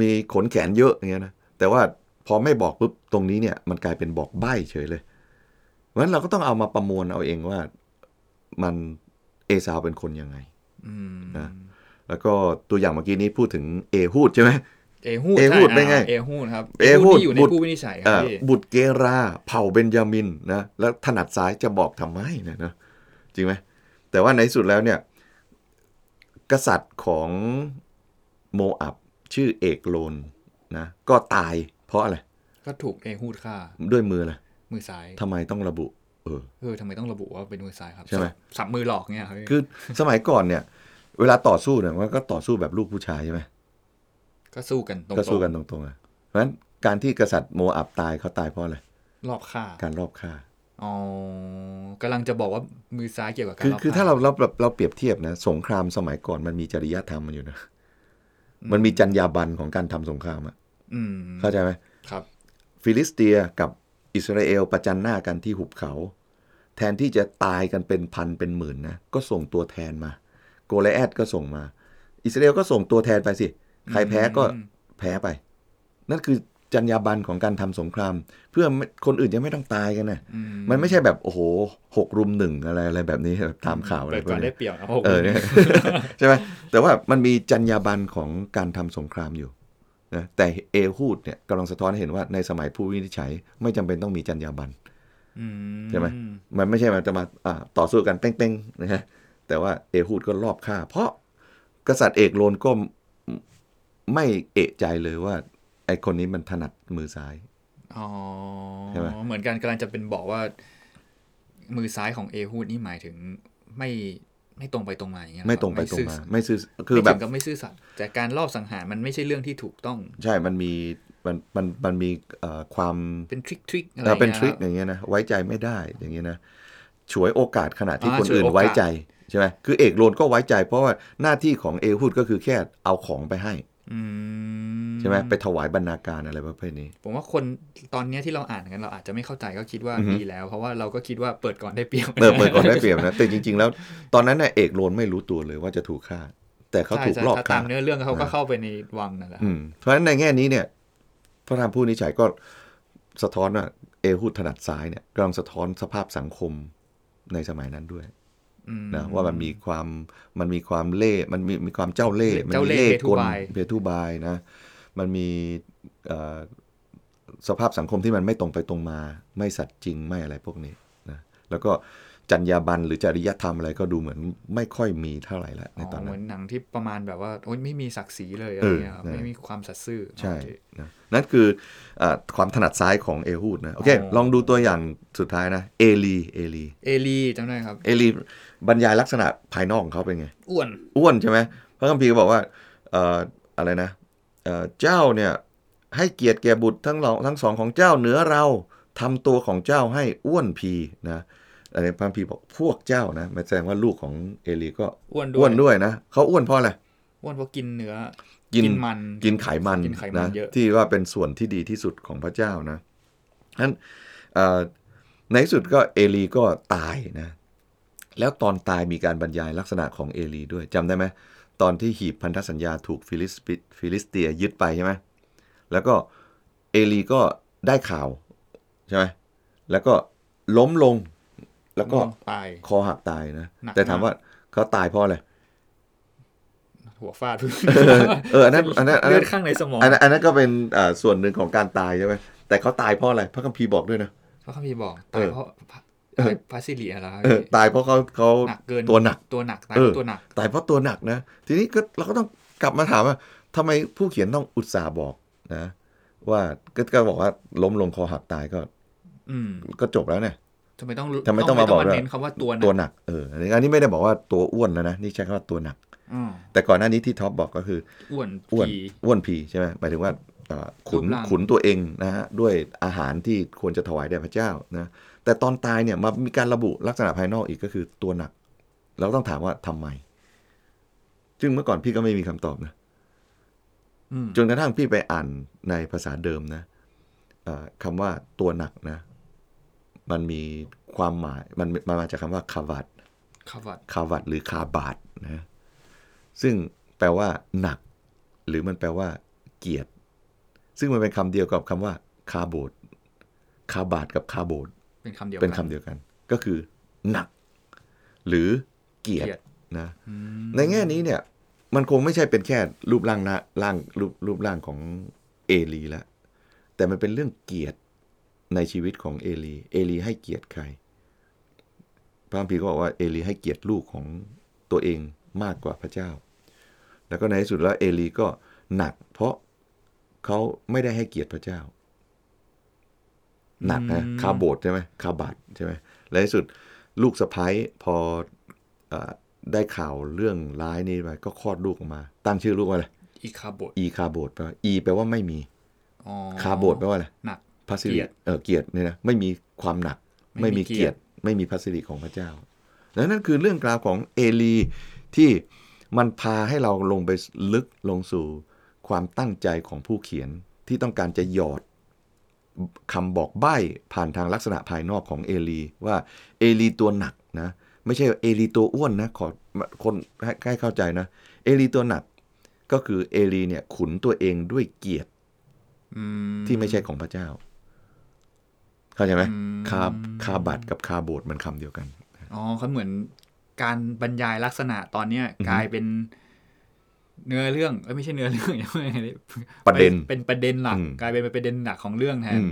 มีขนแขนเยอะอย่างเงี้ยนะแต่ว่าพอไม่บอกปุ๊บตรงนี้เนี่ย มันกลายเป็นบอกใบ้เฉยเลยเพราะฉะนั้นเราก็ต้องเอามาประมวลเอาเองว่ามันเอซาวเป็นคนยังไง ม นะ แล้วก็ตัวอย่างเมื่อกี้นี้พูดถึงเอฮูดใช่ไหม เอฮูด เอฮูด ใช่ เป็นไง เอฮูดครับ เอฮูด ที่อยู่ใน บุตร ผู้วินิจฉัยครั อ่า บพี่ บุตรเกราเผ่าเบนยามินนะแล้วถนัดซ้ายจะบอกทำไมเนะนะจริงไหมแต่ว่าในที่สุดแล้วเนี่ย กษัตริย์ของโมอับชื่อเอกโลนนะก็ตายเพราะอะไร ก็ถูกเอฮูดฆ่า ด้วยมืออะไร มือซ้าย ทำไมต้องระบุ เออ เออทำไมต้องระบุว่าเป็นมือซ้ายครับ ใช่ไหม สับมือหลอกเนี่ยครับพี่ คือสมัยก่อนเนี่ย เวลาต่อสู้เนี่ยมันก็ต่อสู้แบบลูกผู้ชายใช่ไหม ก็สู้กันตรงๆ ก็สู้กันตรงๆอ่ะเพราะฉะนั้นการที่กษัตริย์โมอับตายเขาตายเพราะอะไร รอบฆ่า การรอบฆ่า อ๋อกำลังจะบอกว่ามือซ้ายเกี่ยวกับการ คือ รบ คือ ฆ่ ถ้าเราเราเราเราเปรียบเทียบนะสงครามสมัยก่อนมันมีจริยธรรมมันอยู่นะ มันมีจรรยาบรรณของการทำสงครามอะ อืม เข้าใจไหม ครับ ฟิลิสเตียกับอิสราเอลประจันหน้ากันที่หุบเขา แทนที่จะตายกันเป็นพันเป็นหมื่นนะ ก็ส่งตัวแทนมา โกลแอดก็ส่งมา อิสราเอลก็ส่งตัวแทนไปสิ ใครแพ้ก็ อืม แพ้ไป นั่นคือจรรยาบรรณของการทำสงคราม เพื่อไม่คนอื่นจะไม่ต้องตายกันนะ อื มันไม่ใช่แบบโอ้โหหกรุมหนึ่งอะไรอะไรแบบนี้แบบตามข่าวอะไร เปิด พว ก่อก น นี้ ได้เปรียบนะผม เออ เนี่ย ใช่ไหมแต่ว่ามันมีจรรยาบรรณของการทำสงครามอยู่นะแต่เอฮูดเนี่ยกำลังสะท้อนให้เห็นว่าในสมัยผู้วินิจฉัย ไม่จำเป็นต้องมีจรรยาบรรณ ใช่ไหม มันไม่ใช่มันจะมาอ่าต่อสู้กันเป้งๆนะฮะแต่ว่าเอฮูดก็รอบฆ่า เพราะกษัตริย์เอกโลนก็ไม่เอะใจเลยว่า ไอคนนี้มันถนัดมือซ้าย อ๋อ ใช่ไหม เหมือนกันกำลังจะเป็นบอกว่า มือซ้ายของเอฮูดนี่หมายถึงไม่ไม่ตรงไปตรงมาอย่างเงี้ย ไม่ตรงไปตรงมา ซื่อ ไม่ซื้อ ไม่ คือแบ ถึ บ งกับไม่ซื่อสัตย์แต่การลอบสังหารมันไม่ใช่เรื่องที่ถูกต้อง ใช่ มันมี มันมันมันมีเอ่อความ เป็นทริคทริคอะไร เอ่อเป็น อ ท ย่างงี้ยครับริคอย่างเงี้ยนะไว้ใจไม่ได้อย่างเงี้ยนะฉวยโอกาสขณะที่ อ่า คนอื่น ฉวยโอกาส ไว้ใจใช่ไหมคือเอกโลนก็ไว้ใจ เพราะว่าหน้าที่ของเอฮุดก็คือแค่เอาของไปให้ อืม ใช่ไหมไปถวายบรรณาการอะไรประเภทนี้ ผมว่าคนตอนเนี้ยที่เราอ่านกันเราอาจจะไม่เข้าใจก็คิดว่า อือฮึ ดีแล้ว เพราะว่าเราก็คิดว่าเปิดก่อนได้เปรียบ เปิดเปิดก่อนได้เปรียบนะ แต่จริง ๆ แล้วตอนนั้นน่ะเอกโลนไม่รู้ตัวเลยว่าจะถูกฆ่า แต่เขาถูก ใช่ ลอบ ถ้า ฆ่า ตามเนื้อเรื่องเขาก็ นะ เข้าไปในวังนั่นแหละ อืมเพราะฉะนั้นในแง่นี้เนี่ยพระธรรมผู้นิจฉัยก็สะท้อนว่าเอฮูดถนัดซ้ายเนี่ยกำลังสะท้อนสภาพสังคมในสมัยนั้นด้วย อืม นะว่ามันมีความมันมีความเล่ห์มันมีมีความเจ้าเล่ห์มัน เจ้า มี เล่ห์ ห์เพกลทุบาย เพทุบายนะมันมีเอ่อสภาพสังคมที่มันไม่ตรงไปตรงมา ไม่สัตย์จริงไม่อะไรพวกนี้นะแล้วก็จรรยาบรรณหรือจริยธรรมอะไรก็ดูเหมือนไม่ค่อยมีเท่าไหร่ละใน อ๋ ตอ อนเห นั้ มื น อนหนังที่ประมาณแบบว่าโอ๊ยไม่มีศักดิ์ศรีเลยอะ เอ ไร อ เงี้ยครับ ใช่ ไม่มีความสัตย์ซื่อ ใช่ โอเค นะนั่นคืออาความถนัดซ้ายของเอฮูดนะโอเค อ๋อ ลองดูตัวอย่างสุดท้ายนะ เอลีเอลี เอลีจำได้ครับ เอลีบรรยายลักษณะภายนอกของเขาเป็นไง อ้วน อ้วนใช่ไหมพระคัมภีร์ก็บอกว่าเอ่ออะไรนะเอ่อเจ้าเนี่ยให้เกียรติแก่บุตรทั้งเราทั้งสองของเจ้าเหนือเราทำตัวของเจ้าให้อ้วนพีนะอะไรพระคัมภีร์บอกพวกเจ้านะมันแสดงว่าลูกของเอลีก็ อ้วนด้วย อ้วนด้วยนะเขาอ้วนเพราะอะไร อ้วนเพราะกินเนื้อ กิน กินมัน กินไขมัน กินไขมันเยอะ ที่ว่าเป็นส่วนที่ดีที่สุดของพระเจ้านะนั้นเอ่อในที่สุดก็เอลีก็ตายนะ แล้วตอนตายมีการบรรยายลักษณะของเอลีด้วยจำได้ไหมตอนที่หีบพันธสัญญาถูกฟิลิสปิฟิลิสเตียยึดไปใช่ไหมแล้วก็เอลีก็ได้ข่าวใช่ไหมแล้วก็ล้มลง แล้วก็ อ้วนตาย คอหักตายนะ หนัก แต่ถาม มาก ว่าเขาตายเพราะอะไร หัวฟา ด เอออันนั้นอันนั้นอันนั้น เลือดข้างในสมอง อันนั้นอันนั้นก็เป็นอ่าส่วนหนึ่งของการตายใช่ไหมแต่เขาตายเพราะอะไรพระคัมภีร์บอกด้วยนะ พระคัมภีร์บอก เอ ตาย อ เพราะอะไรพาซิเลียแล้ว เออตายเพราะเขาเขา หนักเกิน ตัวหนัก ตัวหนักตาย เอ เพ อ ราะตัวหนัก ตายเพราะตัวหนักนะ ทีนี้ก็เราก็ต้องกลับมาถามว่าทำไมผู้เขียนต้องอุตส่าห์บอกนะ ว่าก็ก็บอกว่าล้มลงคอหักตายก็ อืม ก็จบแล้วเนี่ย ทำไมต้อง ทำไมต้องมาบอกด้วย เน้นคำว่าตัวหนั ตัว ก หนักเอออันนี้อันนี้ไม่ได้บอกว่าตัวอ้วนแล้วนะนี่ใช้คำว่าตัวหนัก อ้อ แต่ก่อนหน้านี้ที่ท็อปบอกก็คือ อ้วน อ้วน ผี อ้วนผีใช่ไหมหมายถึงว่าเอ่อขุน รูปร่าง ขุนตัวเองนะฮะด้วยอาหารที่ควรจะถวายแด่พระเจ้านะแต่ตอนตายเนี่ยมามีการระบุลักษณะภายนอกอีกก็คือตัวหนัก เราต้องถามว่าทำไม ซึ่งเมื่อก่อนพี่ก็ไม่มีคำตอบนะ อืม จนกระทั่งพี่ไปอ่านในภาษาเดิมนะเอ่อคำว่าตัวหนักนะ มันมีความหมายมันมันมาจากคำว่าคาวัด ขวัด คาวัดหรือคาบาดนะซึ่งแปลว่าหนัก หรือมันแปลว่า เกียรติ ซึ่งมันเป็นคำเดียวกับคำว่าคาโบดคาบาดกับคาโบด เป็นคำเดียวกั เป็นคำเดียวกัน ก็คือ หนัก หรือเกียรตินะ อืม ในแง่นี้เนี่ย มันคงไม่ใช่เป็นแค่รูปร่างหนะร่างรูปรูปร่างของเอลีละแต่มันเป็นเรื่องเกียรติในชีวิตของเอลี เอลีให้เกียรติใคร พระคัมภีร์ก็บอกว่าเอลีให้เกียรติลูกของตัวเองมากกว่าพระเจ้า แล้วก็ในที่สุดแล้วเอลีก็หนัก เพราะเขาไม่ได้ให้เกียรติพระเจ้า หนักนะ อืม คาโบดใช่ไหมคาบัดใช่ไหมและในที่สุดลูกสะพ้ยพอเออได้ข่าวเรื่องร้ายนี่ไปก็คลอดลูกออกมา ตั้งชื่อลูกว่าอะไร อีคาโบด อีคาโบดแปลว่าอีแปลว่าไม่มี อ๋อ คาโบดแปลว่าอะไร หนัก พระสิริ เกียรติ เออเกียรติเนี่ยนะไม่มีความหนัก ไม่ ไม่ มี มี เกี เกีย ย ร รติ ติ ไม่มีพระสิริของพระเจ้าแล้วนั่นคือเรื่องราวของเอลีที่มันพาให้เราลงไปลึกลงสู่ความตั้งใจของผู้เขียนที่ต้องการจะหยอดคำบอกใบ้ผ่านทางลักษณะภายนอกของเอลีว่าเอลีตัวหนักนะ ไม่ใช่เอลีตัวอ้วนนะขอคนให้ให้เข้าใจนะเอลีตัวหนักก็คือเอลีเนี่ยขุนตัวเองด้วยเกียรติ อืม ที่ไม่ใช่ของพระเจ้า เข้าใจไหม อืม คาคาบัตรกับคาโบดมันคำเดียวกัน อ๋อเขาเหมือนการบรรยายลักษณะตอนเนี้ย อือฮึ กลายเป็นเนื้อเรื่องเอ้ยไม่ใช่เนื้อเรื่องยัง ไม่ไง ประเด็น เป็นประเด็นหลัก อืม กลายเป็นประเด็นหลักของเรื่องแทน อืม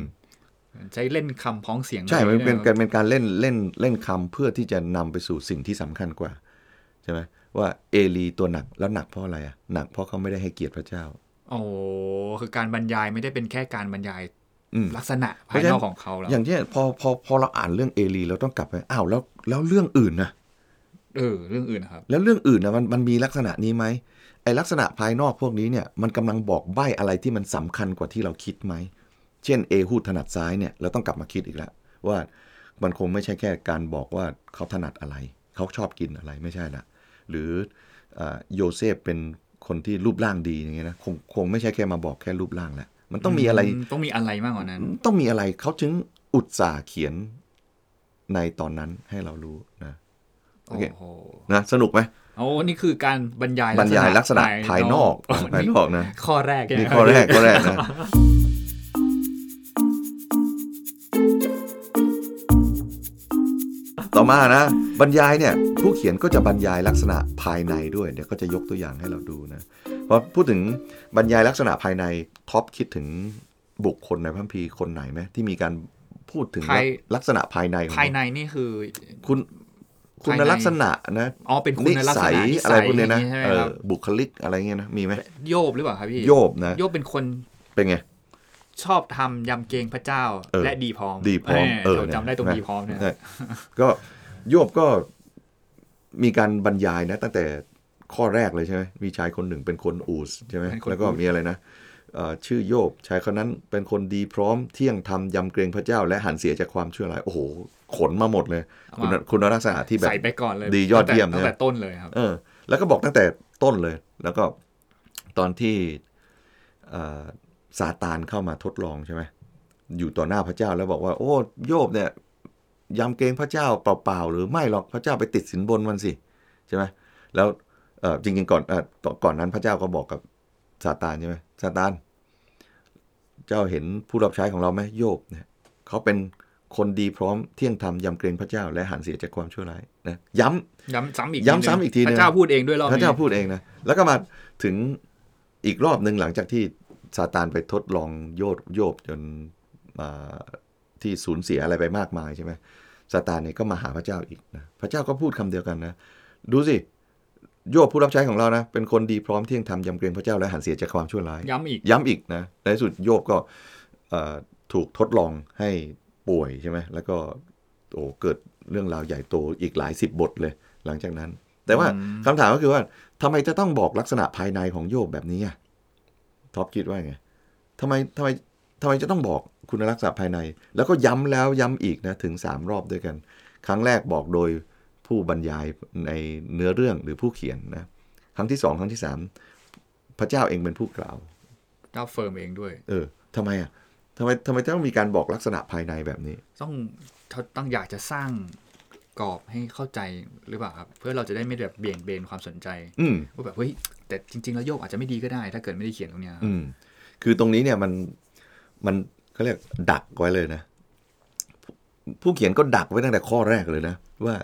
ใช้เล่นคำพ้องเสียง ใช่มันเป็น กั การเป็นการเล่นเล่นเล่นคำเพื่อที่จะนำไปสู่สิ่งที่สำคัญกว่าใช่ไหมว่าเอลีตัวหนักแล้วหนักเพราะอะไรอ่ะหนักเพราะเขาไม่ได้ให้เกียรติพระเจ้า โอ้โหคือการบรรยายไม่ได้เป็นแค่การบรรยาย อืม ลักษณะ เพภาราะย ฉะนั้นน อกของเขาแล้ว อย่างเช่นพอพอพอเราอ่านเรื่องเอลีเราต้องกลับไปอ้าวแล้วแล้วเรื่องอื่นนะ เออเรื่องอื่นนะครับ แล้วเรื่องอื่นนะมันมันมีลักษณะนี้ไหม ไอลักษณะภายนอกพวกนี้เนี่ยมันกำลังบอกใบ้อะไรที่มันสำคัญกว่าที่เราคิดไหม เช่นเอฮูดถนัดซ้ายเนี่ยเราต้องกลับมาคิดอีกแล้วว่ามันคงไม่ใช่แค่การบอกว่าเขาถนัดอะไร เขาชอบกินอะไรไม่ใช่ละหรืออ่าโยเซฟเป็นคนที่รูปร่างดีอย่างเงี้ยนะคงคงไม่ใช่แค่มาบอกแค่รูปร่างแหละมันต้องมีอะไร ต้องมีอะไรมากกว่านั้น ต้องมีอะไรเขาถึงอุตส่าห์เขียนในตอนนั้นให้เรารู้นะโอ โอ้ เค โห นะสนุกไหม โอ้นี่คือการบรรยาย บรรยายลักษณะภายนอกภายนอกนะ ข้อแรกใช่ไหม นี่ข้อแรกข้อแรกนะ ต่อมานะ บรรยายเนี่ย ผู้เขียนก็จะบรรยายลักษณะภายในด้วย เดี๋ยวก็จะยกตัวอย่างให้เราดูนะพอพูดถึงบรรยายลักษณะภายในท็อปคิดถึงบุคคลในพระคัมภีร์คนไหนไหมที่มีการพูดถึง ภาย ลักษณะภายในของ ภายในนี่คือ คุณคุณ ภายใน ลักษณะนะ อ๋อเป็นคุณลักษณะนิ อะไรพวกเนี้ยนะ ใช่ไหม เอ ค อ รับ บุคลิกอะไรเงี้ยนะมีไหม โยบหรือเปล่าครับพี่ โยบนะ โยบเป็นคน เป็นไง ชอบทำยำเกรงพระเจ้า เออ และดีพร้อม ดีพร้อม เอ เอ อ อ เราจำได้ตรง เนี่ย ดีพร้อมเนี่ย ใช่ก็โยบก็มีการบรรยายนะ ตั้งแต่ข้อแรกเลยใช่ไหมมีชายคนหนึ่งเป็นคนอูสใช่ไหม เป็นคน แล้วก็มีอะไรนะเอ่อชื่อโยบชายคนนั้นเป็นคนดีพร้อมเที่ยงธรรมยำเกรงพระเจ้า และหันเสียจากความชั่วร้ายโอ้โห ขนมาหมดเลย คุณคุณลักษณะที่แบบ ใส่ไปก่อนเลย ดียอดเยี่ยม ตั้ง ใช่ไหม แต่ต้นเลยครับ เออ แล้วก็บอกตั้งแต่ต้นเลย แล้วก็ตอนที่เอ่อซาตานเข้ามาทดลองใช่ไหมอยู่ต่อหน้าพระเจ้าแล้วบอกว่า โอ้โยบเนี่ยยำเกรงพระเจ้าเปล่าๆหรือไม่หรอกพระเจ้าไปติดสินบนมันสิใช่ไหมแล้วเอ่อจริงๆก่อนเอ่อตอนก่อนนั้นพระเจ้าก็บอกกับซาตานใช่ไหมซาตาน เจ้าเห็นผู้รับใช้ของเราไหมโยบเนี่ยเขาเป็นคนดีพร้อมเที่ยงธรรมยำเกรงพระเจ้า และหันเสียจากความชั่วร้ายนะย้ำ ย้ำซ้ำอีก ย้ำซ้ำอีกทีหนึ่ พระงเจ้าพูดเองด้วยรอบ พระ นี้ เจ้าพูดเองนะ แล้วก็มาถึงอีกรอบหนึ่งหลังจากที่ซาตานไปทดลองโยบโยบจนอ่าที่สูญเสียอะไรไปมากมายใช่ไหมซาตานเนี่ยก็มาหาพระเจ้าอีกนะพระเจ้าก็พูดคำเดียวกันนะ ดูสิ โยบผู้รับใช้ของเรานะ เป็นคนดีพร้อมเที่ยงธรรมยำเกรงพระเจ้าและหันเสียจากความชั่วร้าย ย้ำอีก ย้ำอีกนะ ในที่สุดโยบก็เอ่อถูกทดลองให้ป่วยใช่ไหม แล้วก็โอ้เกิดเรื่องราวใหญ่โตอีกหลายสิบบทเลย หลังจากนั้น แต่ว่าคำถามก็คือว่าทำไมจะต้องบอกลักษณะภายในของโยบแบบนี้อะท็อปคิดว่าไงทำไมทำไมทำไมจะต้องบอกคุณลักษณะภายใน แล้วก็ย้ำแล้วย้ำอีกนะถึงสามรอบด้วยกัน ครั้งแรกบอกโดยผู้บรรยายในเนื้อเรื่องหรือผู้เขียนนะครั้งที่สองครั้งที่สามพระเจ้าเองเป็นผู้กล่าว เจ้าเฟิร์มเองด้วย เออ ทำไมอ่ะ ทำไมทำไมต้องมีการบอกลักษณะภายในแบบนี้ ต้องเขาต้องอยากจะสร้างกรอบให้เข้าใจหรือเปล่าครับ เพื่อเราจะได้ไม่แบบเบี่ยงเบนความสนใจ อืม ว่าแบบเฮ้ยแต่จริง ๆ แล้วโยกอาจจะไม่ดีก็ได้ ถ้าเกิดไม่ได้เขียนตรงเนี้ยครับ อืม คือตรงนี้เนี่ยมัน มันเขาเรียกดักไว้เลยนะ ผู้เขียนก็ดักไว้ตั้งแต่ข้อแรกเลยนะ ว่า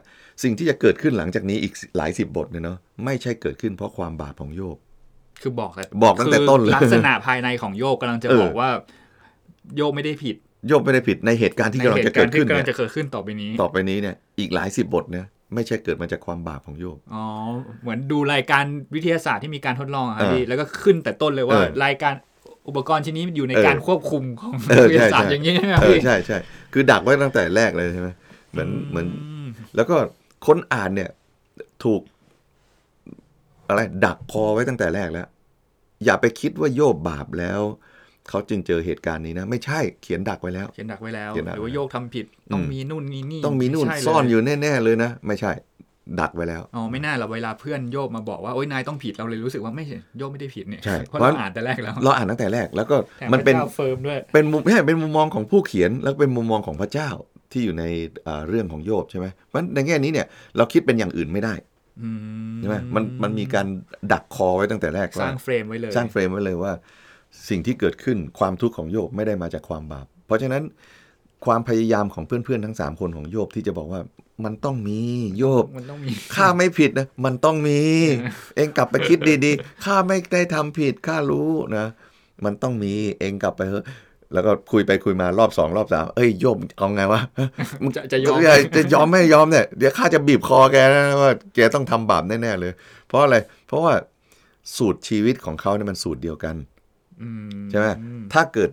สิ่งที่จะเกิดขึ้นหลังจากนี้อีกหลายสิบบทเนี่ยเนาะ ไม่ใช่เกิดขึ้นเพราะความบาปของโยบ คือบอกแต่ บอกตั้งแต่ต้นเลย คือลักษณะภายในของโยกกำลังจะ เออ บอกว่า โยกไม่ได้ผิด โยบไม่ได้ผิดในเหตุการณ์ที่กำลัง ใน จะเกิดขึ้น กำ เนี่ ลัง ย จะเกิดขึ้นต่อไปนี้ ต่อไปนี้เนี่ย อีกหลายสิบบทเนี่ย ไม่ใช่เกิดมาจากความบาปของโยบ อ๋อเหมือนดูรายการวิทยาศาสตร์ที่มีการทดลองอะครับ เออ พี่แล้วก็ขึ้นแต่ต้นเลยว่า เออ รายการอุปกรณ์ชิ้นนี้อยู่ใน เออ การควบคุมของ เออ วิทยาศาสตร์ ใช่ อย่างนี้ใช่ไหมครับ เออ พี่ ใช่ใช่ คือดักไว้ตั้งแต่แรกเลยใช่ไหมเหมือน เหมือน อืม แล้วก็คนอ่านเนี่ยถูกอะไรดักคอไว้ตั้งแต่แรกแล้ว อย่าไปคิดว่าโยบบาปแล้ว เขาจึงเจอเหตุการณ์นี้นะ ไม่ใช่เขียนดักไว้แล้ว เขียนดักไว้แล้ว เขียนดัก หรือว่าโยกทำผิด อืม ต้องมีนู่นมีนี่ ต้องมีนู่น ไใช่เล ซ่อนอยู่แน่ๆเลยนะ ไม่ใช่ ดักไว้แล้ว อ๋อไม่น่าเราเวลาเพื่อนโยบมาบอกว่าโอ๊ยนายต้องผิดเราเลยรู้สึกว่าไม่ใช่โยบไม่ได้ผิดเนี่ย ใช่ เพราะเราอ่านแต่แรกแล้ว เราอ่านตั้งแต่แรก แล้วก็ แถ มันเป็น พระจ้าเฟิร์มด้วย เป็นมุมเนี่ยเป็นมุมมองของผู้เขียนแล้วเป็นมุมมองของพระเจ้าที่อยู่ในเอ่อเรื่องของโยบใช่ไหมเพราะฉะนั้นในแง่นี้เนี่ย เราคิดเป็นอย่างอื่นไม่ได้ อื ใช่ไหมมันมันมีการดักคอไว้ตั้งแต่แรก ส ว่า ร้างเฟรมไว้เลย สร้างเฟรมไว้เลยว่าสิ่งที่เกิดขึ้นความทุกข์ของโยบไม่ได้มาจากความบาป เพราะฉะนั้นความพยายามของเพื่อนๆทั้ง 3 คนของโยบที่จะบอกว่ามันต้องมีโยบ มันต้องมี ข้าไม่ผิดนะมันต้องมี เองกลับไปคิดดีๆข้าไม่ได้ทำผิดข้ารู้นะมันต้องมีเองกลับไปเถอะแล้วก็คุยไปคุยมารอบสองรอบสามเอ้ยโยบเอาไงวะ มึงจะจะยอม จะจะยอมไม่ยอมเนี่ยเดี๋ยวข้าจะบีบคอแกนะว่าแกต้องทำบาปแน่ๆเลย เพราะอะไร เพราะว่าสูตรชีวิตของเขาเนี่ยมันสูตรเดียวกัน อื ใช่ไหมถ้าเกิด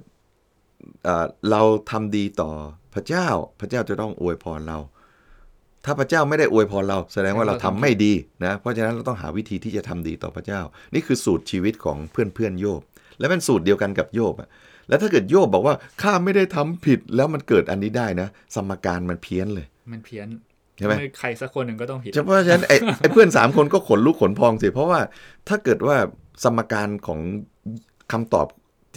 เอ่อเราทำดีต่อพระเจ้า พระเจ้าจะต้องอวยพรเรา ถ้าพระเจ้าไม่ได้อวยพรเรา แสดงว่าเรา เราทำทำผิด ไม่ดีนะ เพราะฉะนั้นเราต้องหาวิธีที่จะทำดีต่อพระเจ้า นี่คือสูตรชีวิตของเพื่อนเพื่อนๆโยบ และเป็นสูตรเดียวกันกับโยบอะแล้วถ้าเกิดโยบบอกว่าข้าไม่ได้ทำผิดแล้วมันเกิดอันนี้ได้นะ สมการมันเพี้ยนเลย มันเพี้ยน ใช่ไหม ใครสักคนหนึ่งก็ต้องผิด เพราะฉะนั้นไอ้ ไอ้เพื่อนสามคนก็ขนลุกขนพองสิ เพราะว่าถ้าเกิดว่าสมการของคำตอบ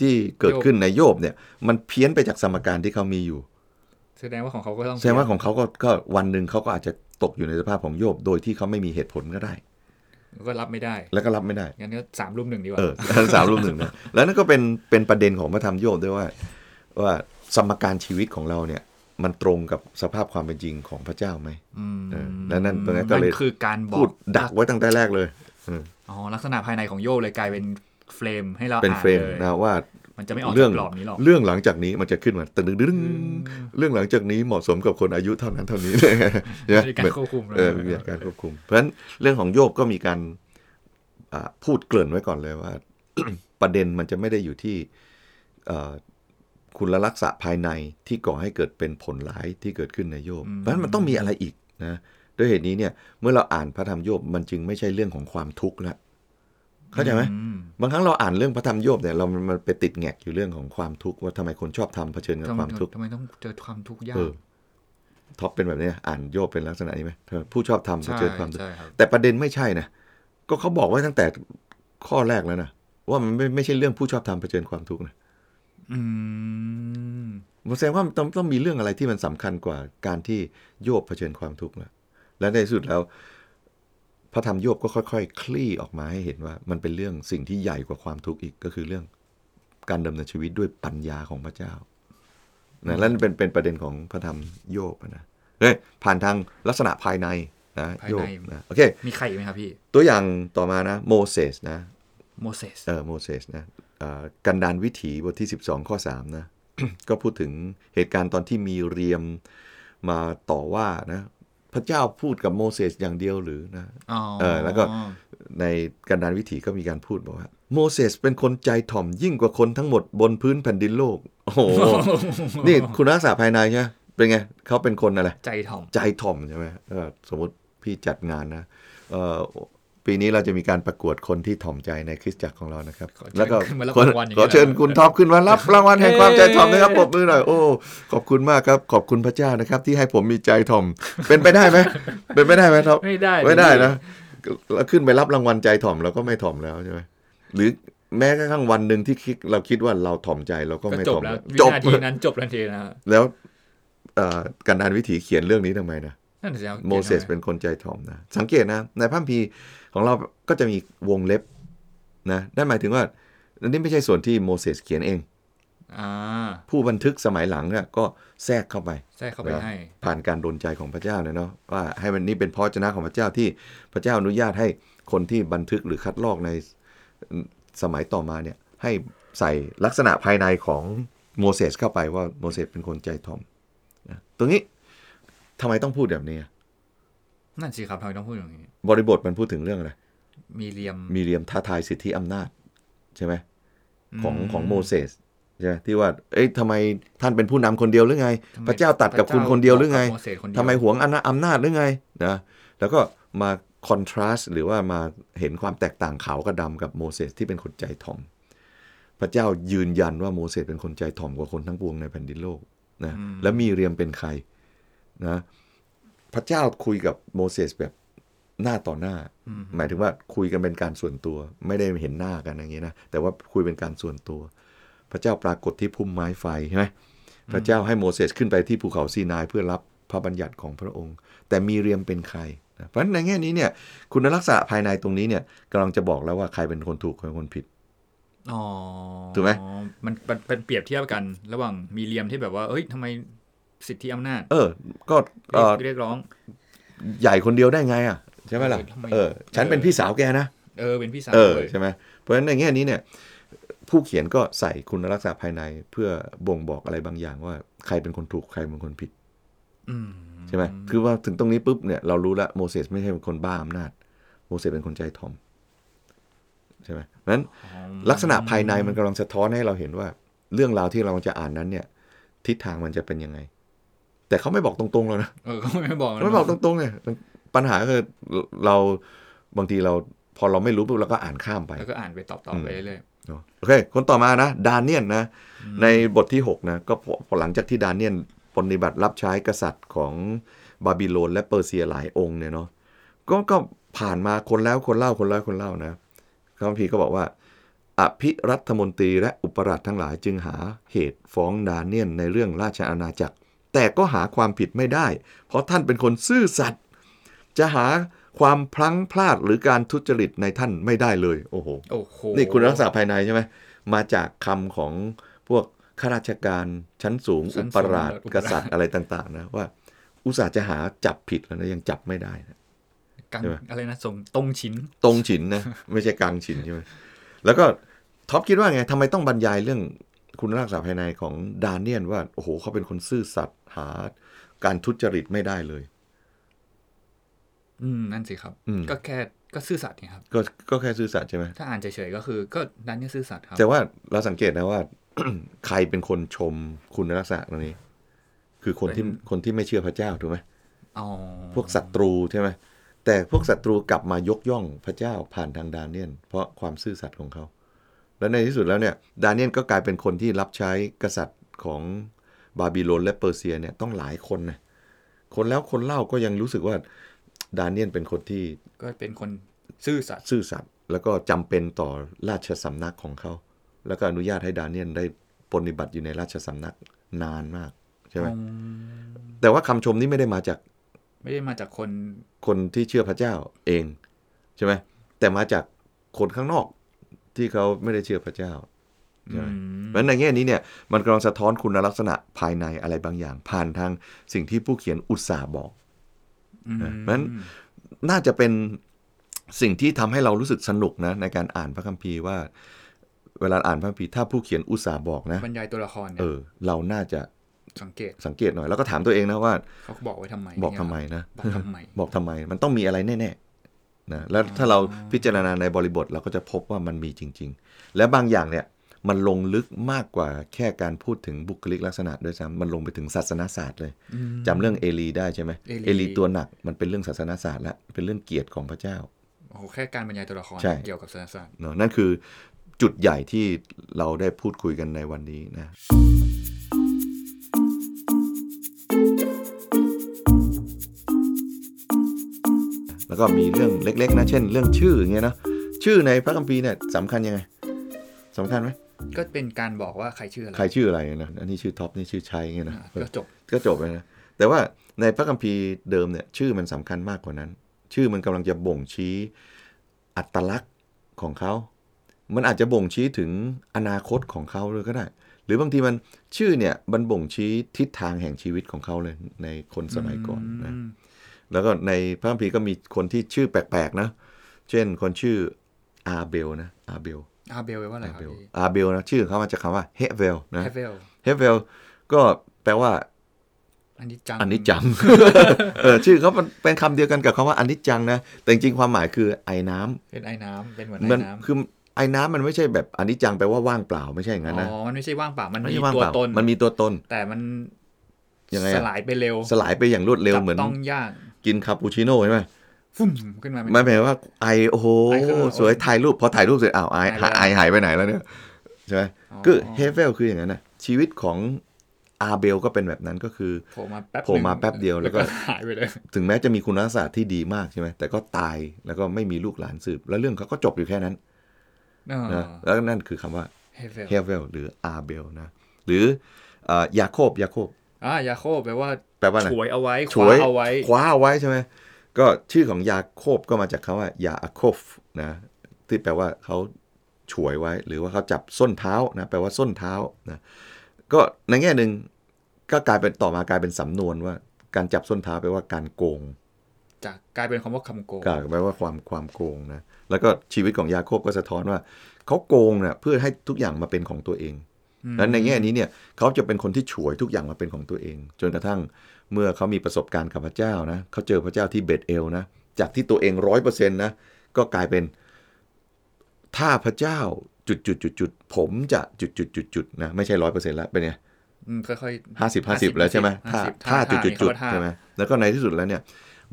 ที่เกิด โยบ ขึ้นในโยบเนี่ย มันเพี้ยนไปจากสมการที่เขามีอยู่ แสดงว่าของเขาก็ต้อง แสดงว่าของเขาก็ก็วันหนึ่งเขาก็อาจจะตกอยู่ในสภาพของโยบ โดยที่เขาไม่มีเหตุผลก็ได้ ก็รับไม่ได้ แล้วก็รับไม่ได้ งั้นก็สามรูปหนึ่งดีกว่า เออ สามรูปหนึ่งนะแล้วนั่นก็เป็นเป็นประเด็นของพระธรรมโยบด้วยว่า ว่าสมการชีวิตของเราเนี่ย มันตรงกับสภาพความเป็นจริงของพระเจ้าไหม ม เออแล้วนั่นตรงนั้นก็เลย มัคือการบอก พูดดักไว้ตั้งแต่แรกเลย อ๋อลักษณะภายในของโยบเลยกลายเป็นเฟรมให้เรา เป็น อ่า เฟรม ลย นะว่า มันจะไม่ออก เรื่อง จากกรอบนี้หรอก เรื่องหลังจากนี้มันจะขึ้นมาตึงดึงดึง อืม เรื่องหลังจากนี้เหมาะสมกับคนอายุเท่านั้นเท่า นี้ ใช่ไหม ไม่ได้การ เหมือน ควบคุมเลย เออมีการควบคุม เพราะฉะนั้นเรื่องของโยบก็มีการอ่าพูดเกริ่นไว้ก่อนเลยว่า ประเด็นมันจะไม่ได้อยู่ที่เอ่อคุณลักษณะภายในที่ก่อให้เกิดเป็นผลร้ายที่เกิดขึ้นในโยบเพราะฉะนั้นมันต้องมีอะไรอีกนะด้วยเหตุนี้เนี่ย เมื่อเราอ่านพระธรรมโยบมันจึงไม่ใช่เรื่องของความทุกข์ละเข้าใจไหม อืม บางครั้งเราอ่านเรื่องพระธรรมโยบเนี่ยเรามันไปติดแงกอยู่เรื่องของความทุกข์ว่าทำไมคนชอบทำเผชิญกับ ทำไ ความทุกข์ ทำไมต้องเจอความทุกข์ยา เอก อท็อปเป็นแบบเนี้ยอ่านโยบเป็นลักษณะนี้ไหมทำไมผู้ชอบทำเผ ใช่ ชิญความทุกข์ ใช่ครับ แต่ประเด็นไม่ใช่นะก็เขาบอกไว้ตั้งแต่ข้อแรกแล้วนะว่ามันไม่ไม่ใช่เรื่องผู้ชอบทำเผชิญความทุกข์นะ อืม มันแสดงว่ามันต้องต้องมีเรื่องอะไรที่มันสำคัญกว่าการที่โยบเผชิญความทุกข์นะและในที่สุดแล้ว พระธรรมโยบก็ค่อยๆ คลี่ออกมาให้เห็นว่า มันเป็นเรื่องสิ่งที่ใหญ่กว่าความทุกข์อีกก็คือเรื่อง การดำเนินชีวิตด้วยปัญญาของพระเจ้านะและนั่นเป็นเป็นประเด็นของพระธรรมโยบนะเฮ้ยผ่านทางลักษณะภายในนะโยบนะโอเค มีใครอีกไหมครับพี่ ตัวอย่างต่อมานะโมเสสนะ โมเสส เออโมเสสนะเอ่อกันดานวิถีบทที่ 12 ข้อ 3 นะ ก็พูดถึงเหตุการณ์ตอนที่มีเรียมมาต่อว่านะพระเจ้าพูดกับโมเสสอย่างเดียวหรือนะ อ๋อ เออแล้วก็ ในกันดานวิถีก็มีการพูดบอกว่าโมเสสเป็นคนใจถ่อมยิ่งกว่าคนทั้งหมดบนพื้นแผ่นดินโลก โอ้โห นี่คุณรักษาภายในใช่ไหมเป็นไงเขาเป็นคนอะไร ใจถ่อม ใจถ่อมใช่ไหมเออสมมติพี่จัดงานนะเออปีนี้เราจะมีการประกวดคนที่ถ่อมใจในคริสตจักรของเรานะครับ ขอเชิญขึ้นมารับ คน รางวัลอย่างนี้ ขอเชิญ เหรอ คุณท็อปขึ้นมา รับรางวัลแห่งความใจถ่อมนะครับปรบมือหน่อยโอ้ขอบคุณมากครับขอบคุณพระเจ้านะครับ ที่ให้ผมมีใจถ่อม เป็นไปได้ไหมเป็นไปได้ไหมท็อป ไม่ได้ ไม่ได้นะเราขึ้นไปรับรางวัลใจถ่อมเราก็ไม่ถ่อมแล้วใช่ไหมหรือแม้กระทั่งวันหนึ่งที่คิดเราคิดว่าเราถ่อมใจเราก็ ก็ ไม่ จบ ถ่อม แล้ว แล้ว วิ จบ นาทีนั้นจบทันทีนะฮะ แล้วเอ่อกันดานวิถีเขียนเรื่องนี้ทำไมนะ นั่นสิครับ โมเสสเป็นคนใจถ่อมนะสังเกตนะในพระคัมภีร์ของเราก็จะมีวงเล็บนะนั่นหมายถึงว่าอันนี้ไม่ใช่ส่วนที่โมเสสเขียนเอง อ่า ผู้บันทึกสมัยหลังเนี่ยก็แทรกเข้าไป ใช่เข้าไปให้ ผ่านการดลใจของพระเจ้าเนี่ยเนาะว่าให้มันนี่เป็นพระวจนะของพระเจ้าที่พระเจ้าอนุญาตให้คนที่บันทึกหรือคัดลอกในสมัยต่อมาเนี่ยให้ใส่ลักษณะภายในของโมเสสเข้าไปว่าโมเสสเป็นคนใจถ่อมนะตรงนี้ทำไมต้องพูดแบบนี้อะ นั่นสิครับทำไมต้องพูดอย่างนี้ บริบทมันพูดถึงเรื่องอะไร มีเรียม มีเรียมท้าทายสิทธิอำนาจใช่ไหมของของโมเสสใช่ไหมที่ว่าเอ้ยทำไมท่านเป็นผู้นำคนเดียวหรือไง ทำไม พระเจ้าตัดกับ พระเจ้า คุณคนเดียวหรือไง บอกกับโมเสสคนเดียว ทำไมหวงอำนาจอำนาจหรือไงนะแล้วก็มาคอนทราสต์หรือว่ามาเห็นความแตกต่างขาวกับดำกับโมเสสที่เป็นคนใจถ่อม พระเจ้ายืนยันว่าโมเสสเป็นคนใจถ่อมกว่าคนทั้งปวงในแผ่นดินโลกนะแล้วมีเรียมเป็นใครนะพระเจ้าคุยกับโมเสสแบบหน้าต่อหน้า หมายถึงว่าคุยกันเป็นการส่วนตัว ไม่ได้เห็นหน้ากันอย่างนี้นะแต่ว่าคุยเป็นการส่วนตัว พระเจ้าปรากฏที่พุ่มไม้ไฟใช่ไหมพระเจ้าให้โมเสสขึ้นไปที่ภูเขาซีนายเพื่อรับพระบัญญัติของพระองค์ แต่มีเรียมเป็นใครนะเพราะฉะนั้นในแง่นี้เนี่ย คุณลักษณะภายในตรงนี้เนี่ยกำลังจะบอกแล้วว่าใครเป็นคนถูกใครเป็นคนผิด อ๋อ ถูกไหม มันมันเป็นเปรียบเทียบกัน ระหว่างมีเรียมที่แบบว่า เอ้ยทำไมสิทธิอำนาจ เออ ก็ เรี เอ่ ย อก เรียกร้อง ใหญ่คนเดียวได้ไงอ่ะใช่ไหมล่ะ เออทำไม เออฉันเป็นพี่สาวแกนะ เออเป็นพี่สาว เออ เลย ใช่ไหมเพราะฉะนั้นในแง่นี้เนี่ยผู้เขียนก็ใส่คุณลักษณะภายในเพื่อบ่งบอกอะไรบางอย่างว่าใครเป็นคนถูกใครเป็นคนผิด อืม ใช่ไหมคือว่าถึงตรงนี้ปุ๊บเนี่ยเรารู้แล้วโมเสสไม่ใช่เป็นคนบ้าอำนาจโมเสสเป็นคนใจถ่อมใช่ไหมเพราะฉะนั้นลักษณะภายในมันกำลังสะท้อนให้เราเห็นว่า เรื่องราวที่เราจะอ่านนั้นเนี่ย ทิศทางมันจะเป็นยังไง แต่เขาไม่บอกตรงๆเรานะ เออก็ไม่บอกนะ ไม่บอกตรงๆเนี่ยปัญหาคือเราบางทีเราพอเราไม่รู้ปุ๊บเราก็อ่านข้ามไป แล้วก็อ่านไปตอบตอ อื บ ม ไปเรื่อย เนอะโอเค คนต่อมานะดานเนียนนะ ในบทที่ 6 นะ ก็พอพอหลังจากที่ดานเนียนปฏิบัติรับใช้กษัตริย์ของบาบิโลน และเปอร์เซียหลายองค์เนี่ยเนาะก็ก็ผ่านมาคนแล้วคนเล่าคนเล่าคนเล่านะพระคัมภีร์ก็บอกว่า อภิรัฐมนตรีและอุปราชทั้งหลายจึงหาเหตุฟ้องดานเนียนในเรื่องราชอาณาจักร แต่ก็หาความผิดไม่ได้ เพราะท่านเป็นคนซื่อสัตย์จะหาความพลั้งพลาดหรือการทุจริตในท่านไม่ได้เลยโอ้โห ๆโอ้โห นี่คุณรักษาภายในใช่ไหม มาจากคำของพวกข้าราชการชั้นสูง อุปราชกษัตริย์อะไรต่างๆ นะ ว่า อุตส่าห์จะหาจับผิดแล้วนะ ยังจับไม่ได้นะ กังอะไรนะสมตรงชิ้น ตรงฉิน นะ ไม่ใช่กลางฉินใช่ไหมแล้วก็ท็อปคิดว่าไงทำไมต้องบรรยายเรื่องคุณรักษาภายในของดานเนียนว่า โอ้โห เขาเป็นคนซื่อสัตย์หาการทุจริตไม่ได้เลย อืมนั่นสิครับ อืม ก็แค่ก็ซื่อสัตย์เนี่ยครับ ก็ก็แค่ซื่อสัตย์ใช่ไหม ถ้าอ่านเฉยๆก็คือก็ดันเนี่ยซื่อสัตย์ครับ แต่ว่าเราสังเกตนะว่า ใครเป็นคนชมคุณลักษณะเหล่านี้ คือคนที่คนที่ไม่เชื่อพระเจ้าถูกไหม อ๋อ พวกศัตรูใช่ไหมแต่พวกศัตรูกลับมายกย่องพระเจ้าผ่านทางดานเนียน เพราะความซื่อสัตย์ของเขา และในที่สุดแล้วเนี่ยดานเนียนก็กลายเป็นคนที่รับใช้กษัตริย์ของบาบิโลนและเปอร์เซียเนี่ยต้องหลายคนนะคนแล้วคนเล่าก็ยังรู้สึกว่าดานเนียนเป็นคนที่ ก็เป็นคนซื่อสัตย์ ซื่อสัตย์แล้วก็จำเป็นต่อราชสำนักของเขา แล้วก็อนุญาตให้ดานเนียนได้ปฏิบัติอยู่ในราชสำนักนานมากใช่ไหม อืม แต่ว่าคำชมนี้ไม่ได้มาจาก ไม่ได้มาจากคน คนที่เชื่อพระเจ้าเองใช่ไหมแต่มาจากคนข้างนอกที่เขาไม่ได้เชื่อพระเจ้าใช่ไหมเพราะฉะนั้นในแง่นี้เนี่ยมันกำลังสะท้อนคุณลักษณะภายในอะไรบางอย่าง ผ่านทางสิ่งที่ผู้เขียนอุตสาห์บอก อืม นะเพราะฉะนั้น น่าจะเป็นสิ่งที่ทำให้เรารู้สึกสนุกนะในการอ่านพระคัมภีร์ว่า เวลาอ่านพระคัมภีร์ถ้าผู้เขียนอุตสาห์บอกนะ บรรยายตัวละครเนี่ เอย อ เราน่าจะ สังเกต สังเกตหน่อย แล้วก็ถามตัวเองนะว่า เขาบอกไว้ทำไม บอก เนี่ย ทำไมนะ บอกทำไม บอกทำไมมันต้องมีอะไรแน่ๆนะแล้วถ้าเราพิจารณาในบริบทเราก็จะพบว่ามันมีจริง ๆ และบางอย่างเนี่ยมันลงลึกมากกว่าแค่การพูดถึงบุคลิกลักษณะด้วยซ้ำมันลงไปถึงศาสนศาสตร์เลยจำเรื่องเอลีได้ใช่ไหม เอลี เอลีตัวหนักมันเป็นเรื่องศาสนศาสตร์ละเป็นเรื่องเกียรติของพระเจ้า โอ้โหแค่การบรรยายตัวละคร ใช่ เกี่ยวกับศาสนศาสตร์ เนอะนั่นคือจุดใหญ่ที่เราได้พูดคุยกันในวันนี้นะ แล้วก็มีเรื่องเล็ก ๆ นะ เช่น เรื่องชื่ออย่างเงี้ยนะชื่อในพระคัมภีร์เนี่ยสำคัญยังไงสำคัญไหม ก็เป็นการบอกว่าใครชื่ออะไร ใครชื่ออะไรนะอันนี้ชื่อท็อปนี่ชื่อชัยอย่างเงี้ย อ่ะ นะ ก็จบ ก็จบแล้วนะ แต่ว่าในพระคัมภีร์เดิมเนี่ยชื่อมันสำคัญมากกว่านั้น ชื่อมันกำลังจะบ่งชี้อัตลักษณ์ของเขา มันอาจจะบ่งชี้ถึงอนาคตของเขาเลยก็ได้ หรือบางทีมันชื่อเนี่ยมันบ่งชี้ทิศทางแห่งชีวิตของเขาเลยในคนสมัยก่อนนะ ม แล้วก็ในพระคัมภีร์ก็มีคนที่ชื่อแปลกๆนะ เช่นคนชื่ออาเบลนะอาเบล อาเบลไว้ว่าอะไร อา ครับ เบล พี่ อาเบลนะชื่อของเขามาจากคำว่าเฮเวลนะ แฮเวล เฮเวลก็แปลว่า อันนี้จัง อันนี้จัง เออชื่อเขามันเป็นคำเดียวกันกับคำว่าอันนี้จังนะ แต่จริงๆความหมายคือไอ้น้ำ เป็นไอ้น้ำเป็นเหมือน มั ไอ้ น น้ำ คือไอ้น้ำมันไม่ใช่แบบอันนี้จังแปลว่าว่างเปล่าไม่ใช่อย่างนั้นนะ อ๋อ มันไม่ใช่ว่างเปล่า มัน ไม่ มี ใช่ว่าง ตัว เปล่า ตน มันมีตัวตน แต่มัน ยังไงอะ สลายไปเร็ว สลายไปอย่างรวดเร็ว จับ เหมือน ต้องยาก กินคาปูชิโน่ใช่ไหม ฟุ่มขึ้นมาเป็น มันหมายว่าไอโอ้โห ไอขึ้นมา สวยถ่ายรูปพอถ่ายรูปเสร็จอ้าวไอ หายไปแล้ว ไอหายไปไหนแล้วเนี่ยใช่ไหมคือเฮเวลคืออย่างนั้นนะชีวิตของอาเบลก็เป็นแบบนั้นก็คือ โผล่มาแป๊บ โผล่มาแป๊บเดียวแล้วก็ หายไปเลย ถึงแม้จะมีคุณลักษณะที่ดีมากใช่ไหมแต่ก็ตายแล้วก็ไม่มีลูกหลานสืบ แล้วเรื่องเขาก็จบอยู่แค่นั้น นะแล้วนั่นคือคำว่า เฮเวล เฮเวลหรืออาเบลนะหรือเอ่อยาโคบยาโคบ อ่ายาโคบแปลว่า แปลว่าอะไร ฉวยเอาไว้ค ฉ ว้าเอาไว้ คว้าเอาไว้ใช่ไหมก็ชื่อของยาโคบก็มาจากคำว่ายาอาโคฟนะที่แปลว่าเขาฉวยไว้ หรือว่าเขาจับส้นเท้านะแปลว่าส้นเท้านะก็ในแง่หนึ่งก็กลายเป็นต่อมากลายเป็นสำนวนว่า การจับส้นเท้าแปลว่าการโกง จากกลายเป็นคำว่าคำโกง ก็แปลว่าความความโกงนะ แล้วก็ชีวิตของยาโคบก็สะท้อนว่า เขาโกงนะ่ะเพื่อให้ทุกอย่างมาเป็นของตัวเองนั้นในแง่นี้เนี่ยเขาจะเป็นคนที่ฉวยทุกอย่างมาเป็นของตัวเอง จนกระทั่งเมื่อเขามีประสบการณ์กับพระเจ้านะเขาเจอพระเจ้าที่เบธเอลนะ จากที่ตัวเองร้อยเปอร์เซ็นต์นะ ก็กลายเป็น ถ้าพระเจ้าจุดจุดจุดจุดผมจะจุดจุดจุดจุดนะไม่ใช่ร้อยเปอร์เซ็นต์ละเป็นไง อืมค่อยๆ ห้าสิบห้าสิบแล้วใช่ไหมท่า 50 ท่าจุดจุดจุด ท่า ใช่ไหมแล้วก็ในที่สุดแล้วเนี่ย